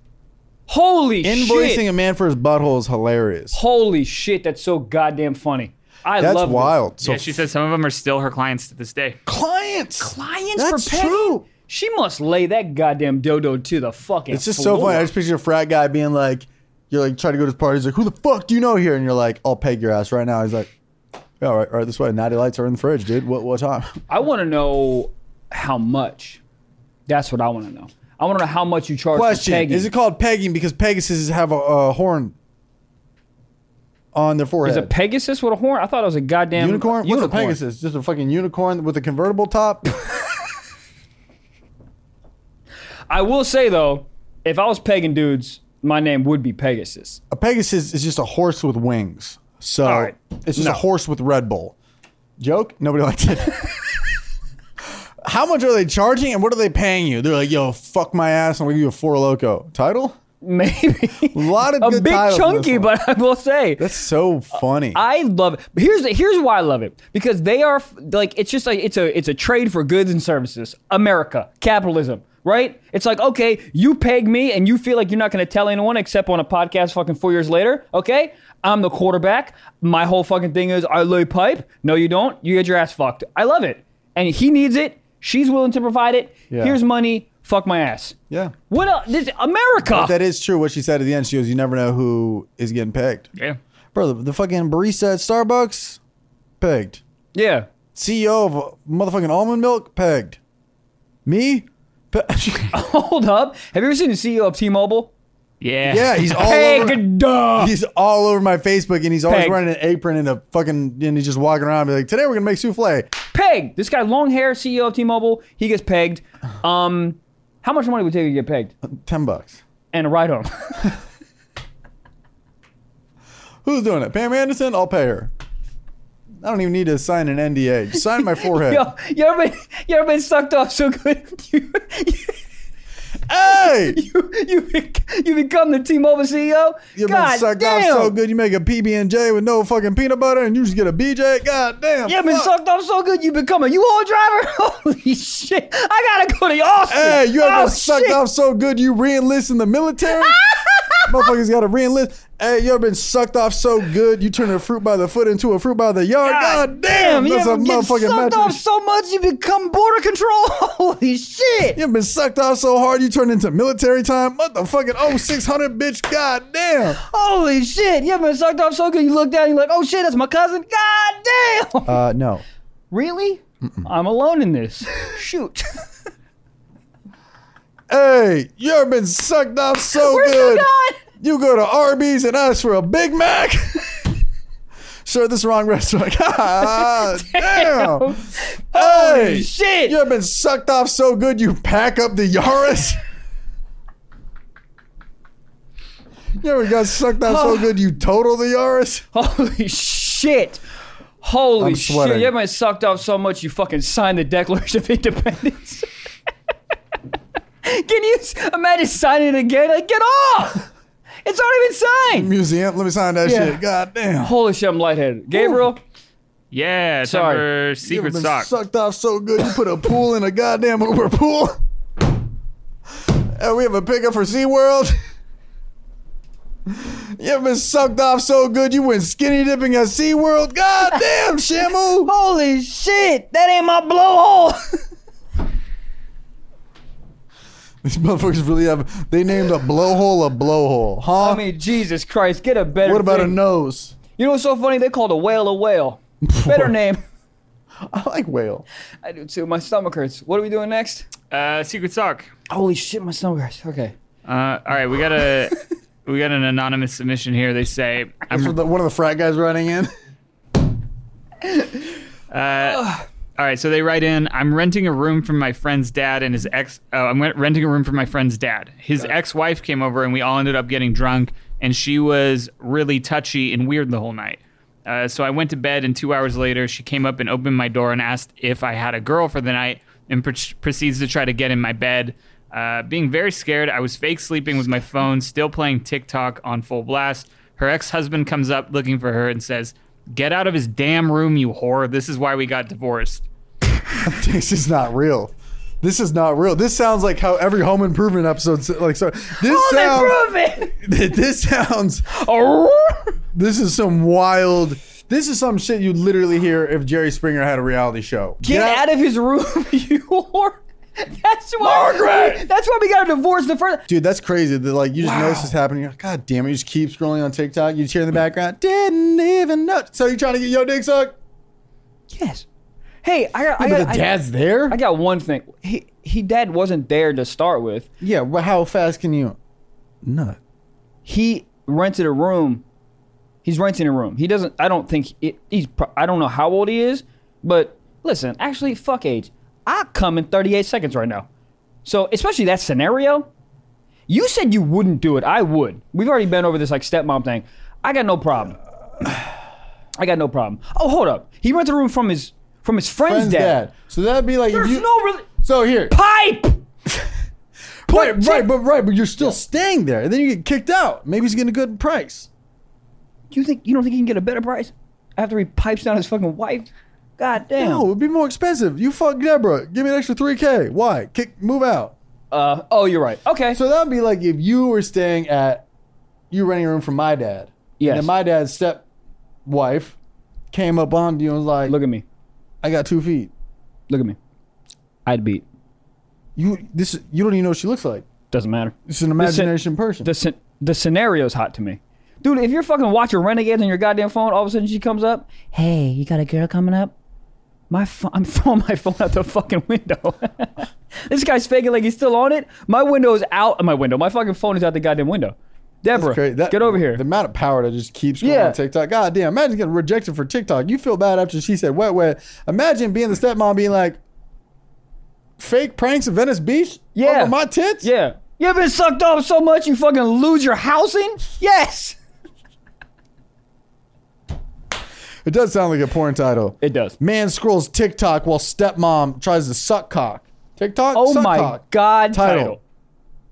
Holy Invoicing shit! a man for his butthole is hilarious. Holy shit! That's so goddamn funny. I That's love this. wild. So yeah, she says some of them are still her clients to this day. clients. Clients That's for petting? true. She must lay that goddamn dildo to the fucking. It's just so funny. I just picture a frat guy being like, you're like trying to go to his party. He's like, who the fuck do you know here? And you're like, I'll peg your ass right now. He's like, "Yeah, all right, all right, this way. Natty lights are in the fridge, dude. What what time? I want to know how much. That's what I want to know. I want to know how much you charge [laughs] for Question: pegging. Is it called pegging because Pegasus have a, a horn on their forehead? Is a Pegasus with a horn? I thought it was a goddamn unicorn? What's unicorn. a Pegasus? Just a fucking unicorn with a convertible top? I will say though, if I was pegging dudes, my name would be Pegasus. a Pegasus is just a horse with wings. So All right. it's just No. a horse with Red Bull. Joke? Nobody liked it. [laughs] How much are they charging and what are they paying you? They're like, yo, fuck my ass. I'm going to give you a four loco. Title? [laughs] Maybe A lot of a good big titles in this chunky, one. but I will say That's so funny. I love. It. But here's the, here's why I love it because they are f- like it's just like it's a it's a trade for goods and services. America, capitalism, right? It's like okay, you peg me and you feel like you're not going to tell anyone except on a podcast fucking four years later. Okay, I'm the quarterback. My whole fucking thing is I lay pipe. No, you don't. You get your ass fucked. I love it, and he needs it. She's willing to provide it. Yeah. Here's money. Fuck my ass. yeah. What else? This America. That is true. What she said at the end, she goes, you never know who is getting pegged. Yeah. Bro, the, the fucking barista at Starbucks, pegged. yeah. CEO of uh, motherfucking almond milk, pegged. Me? Pe- [laughs] Hold up. Have you ever seen the CEO of T-Mobile? Yeah. yeah, he's all over- Peg duh. he's all over my Facebook and he's always Peg. wearing an apron and a fucking and he's just walking around and be like, Today we're gonna make souffle. pegged. This guy, long hair, CEO of T-Mobile, he gets pegged. Um, how much money would it take to get pegged Ten bucks. and a ride home? [laughs] Who's doing it? Pam Anderson, I'll pay her. I don't even need to sign an NDA. Just sign [laughs] my forehead. yo, you ever been you ever been sucked off so good [laughs] you hey! [laughs] you you, bec- you become the T-Mobile CEO? You've God been sucked off damn. so good you make a PB and J with no fucking peanut butter and you just get a BJ. God damn. You been fuck. sucked off so good you become a U-Haul driver? [laughs] Holy shit! I gotta go to Austin. Hey, you ever oh, been sucked shit. off so good you re-enlist in the [laughs] military? Motherfuckers gotta re-enlist. Hey, you ever been sucked off so good you turn a fruit by the foot into a fruit by the yard? God, damn, you that's a ever get motherfucking match. sucked off so much you become border control. [laughs] Holy shit! You've been sucked off so hard you turned into military time. Motherfucking oh six hundred bitch. God damn. Holy shit! You ever been sucked off so good you look down and you're like, oh shit, that's my cousin? God damn! [laughs] Uh, no. really? I'm alone in this. [laughs] Shoot. Hey, you ever been sucked off so We're still good? gone! You go to Arby's and ask for a Big Mac. [laughs] Sure, this wrong restaurant. [laughs] [laughs] God damn. Holy Hey, shit! You've been sucked off so good you pack up the Yaris. [laughs] you ever got sucked off Oh. so good you total the Yaris? Holy shit! Holy I'm shit! sweating. You might sucked off so much you fucking signed the Declaration of Independence. [laughs] Can you s- imagine signing it again? Like, get off! It's already been signed. Museum, let me sign that Yeah. shit. God damn. Holy shit! I'm lightheaded. Gabriel, [laughs] Yeah, Sorry. Sorry. You ever Secret been Sock. sucked off so good you put a pool in a goddamn Uber pool? And we have a pickup for SeaWorld? You ever been sucked off so good you went skinny dipping at SeaWorld? God damn, Shamu! [laughs] holy shit! That ain't my blowhole. These motherfuckers really have. They named a blowhole a blowhole, huh? [laughs] I mean, Jesus Christ! Get a better. what about a thing. nose? You know what's so funny? They called a whale a [laughs] whale. Better name. I like whale. I do too. My stomach hurts. What are we doing next? Uh, Secret Sock. Holy shit! My stomach hurts. Okay. Uh, all right, we [laughs] got a we got an anonymous submission here. They say That's I'm what the- one of the frat guys running in. [laughs] All right, so they write in, I'm renting a room from my friend's dad and his ex. Oh, I'm rent- renting a room from my friend's dad. His ex wife came over and we all ended up getting drunk, and she was really touchy and weird the whole night. Uh, so I went to bed, and two hours later, she came up and opened my door and asked if I had a girl for the night and pr- proceeds to try to get in my bed. Uh, being very scared, I was fake sleeping with my phone, still playing TikTok on full blast. Her ex husband comes up looking for her and says, Get out of his damn room, you whore. This is why we got divorced. this is not real. This is not real. This sounds like how every home improvement episode s- like so. This sounds. Prove it. [laughs] [laughs] This sounds. Oh. This is some wild. This is some shit you literally hear if Jerry Springer had a reality show. Get out of his room, [laughs] you whore. That's why. Margaret! That's why we got a divorce the first. Dude, that's crazy. That like you just notice this happening. You're like, God damn it! You just keep scrolling on TikTok. You just hear in the background. Didn't even know. So you're trying to get your dick sucked. Yes. Hey, I got. I But got, the I, dad's there. I got one thing. He he dad wasn't there to start with. Yeah, well, how fast can you? Nut. He rented a room. He's renting a room. He doesn't. I don't think it, he's. pro- I don't know how old he is, but listen. Actually, fuck age. I come in 38 seconds right now. So especially that scenario. You said you wouldn't do it. I would. We've already been over this like stepmom thing. I got no problem. I got no problem. Oh, hold up. He rented a room from his from his friend's, Friend's dad. dad. So that'd be like if There's you- no really So here, pipe. right, right, but right, but you're still staying there, and then you get kicked out. Maybe he's getting a good price. You think you don't think he can get a better price after he pipes down his fucking wife? God damn. No, it'd be more expensive. You fuck Deborah, give me an extra three k. Why? Kick, move out. Uh, oh, you're right. Okay. So that'd be like if you were staying at, you were renting a room from my dad. Yes. And then my dad's step wife came up on you and was like, Look at me. I got two feet. Look at me. I'd beat. You this you don't even know what she looks like. Doesn't matter. It's an imagination person. The scen- the scenario's hot to me. Dude, if you're fucking watching Renegades on your goddamn phone, all of a sudden she comes up. Hey, you got a girl coming up? My phone, I'm [laughs] throwing my phone out the fucking window. [laughs] this guy's faking like he's still on it. My window is out. My window. My fucking phone is out the goddamn window. Deborah, Cra- that- get over here. The amount of power that just keeps going Yeah. on TikTok. God damn. Imagine getting rejected for TikTok. You feel bad after she said wet, wet. Imagine being the stepmom being like, fake pranks at Venice Beach? Yeah. Over my tits? Yeah. You've been sucked off so much you fucking lose your housing? Yes. It does sound like a porn title. It does. Man scrolls TikTok while stepmom tries to suck cock. TikTok? Oh Suck my cock. god. Title.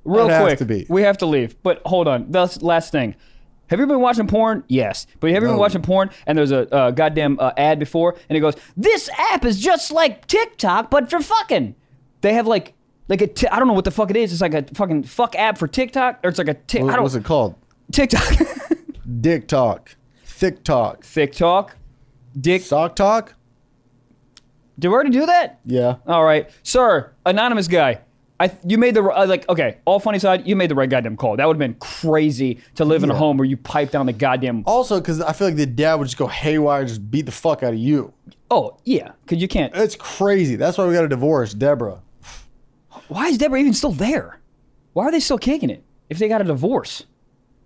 Real It has quick. to be. We have to leave. But hold on. That's last thing. Have you been watching porn? Yes. But have you been No. watching porn and there's a uh, goddamn uh, ad before and it goes, "This app is just like TikTok but for fucking." They have like like a t- I don't know what the fuck it is. It's like a fucking fuck app for TikTok or it's like a tick I What, don't what's it called? TikTok. [laughs] Dick talk. Thick talk. Thick talk. Dick. Sock talk? Did we already do that? Yeah. All right, sir, anonymous guy. I, you made the uh, like okay. All funny side, you made the right goddamn call. That would have been crazy to live in a Yeah. home where you pipe down the goddamn. Also, because I feel like the dad would just go haywire and just beat the fuck out of you. Oh yeah, because you can't. It's crazy. That's why we got a divorce, Deborah. Why is Deborah even still there? Why are they still kicking it if they got a divorce?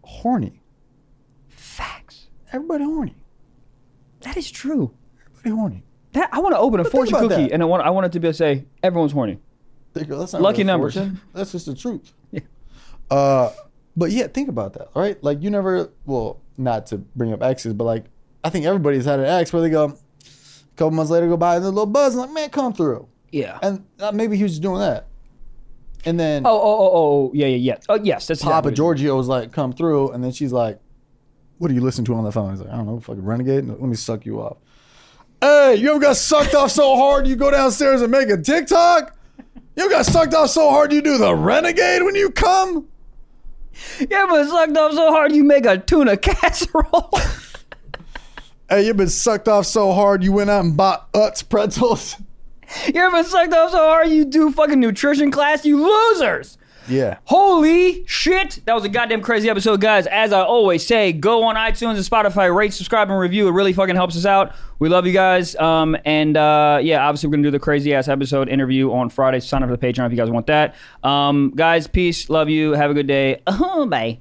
Horny. Facts. Everybody horny. That is true. Pretty horny. That I want to open a fortune about cookie, that. and I want I want it to be say everyone's horny. There you go. That's not Lucky really a numbers. fortune. That's just the truth. [laughs] Yeah. Uh, but yeah, think about that, all right? Like you never, well, not to bring up exes, but like I think everybody's had an ex where they go, a couple months later, go by and they're a little buzz, and like man, come through, Yeah. and uh, maybe he was just doing that, and then Oh, oh, oh, oh, yeah, yeah, yeah. Oh, yes, that's Papa exactly what it is. Giorgio was like, come through, and then she's like, what do you listen to on the phone? He's like, I don't know, fucking renegade. Let me suck you off. Hey, you ever got sucked off so hard you go downstairs and make a TikTok? You ever got sucked off so hard you do the renegade when you come? Yeah, but sucked up so hard you make a tuna [laughs] casserole. Hey, you've been sucked off so hard you went out and bought Utz pretzels. you ever sucked up so hard you do fucking nutrition class? You losers! [laughs] Yeah. Holy shit! That was a goddamn crazy episode, guys. As I always say, go on iTunes and Spotify, rate, subscribe, and review. It really fucking helps us out. We love you guys. Um, and uh, yeah, obviously we're gonna do the crazy ass episode interview on Friday. Sign up for the Patreon if you guys want that. Um, guys, peace, love you, have a good day. [laughs] bye.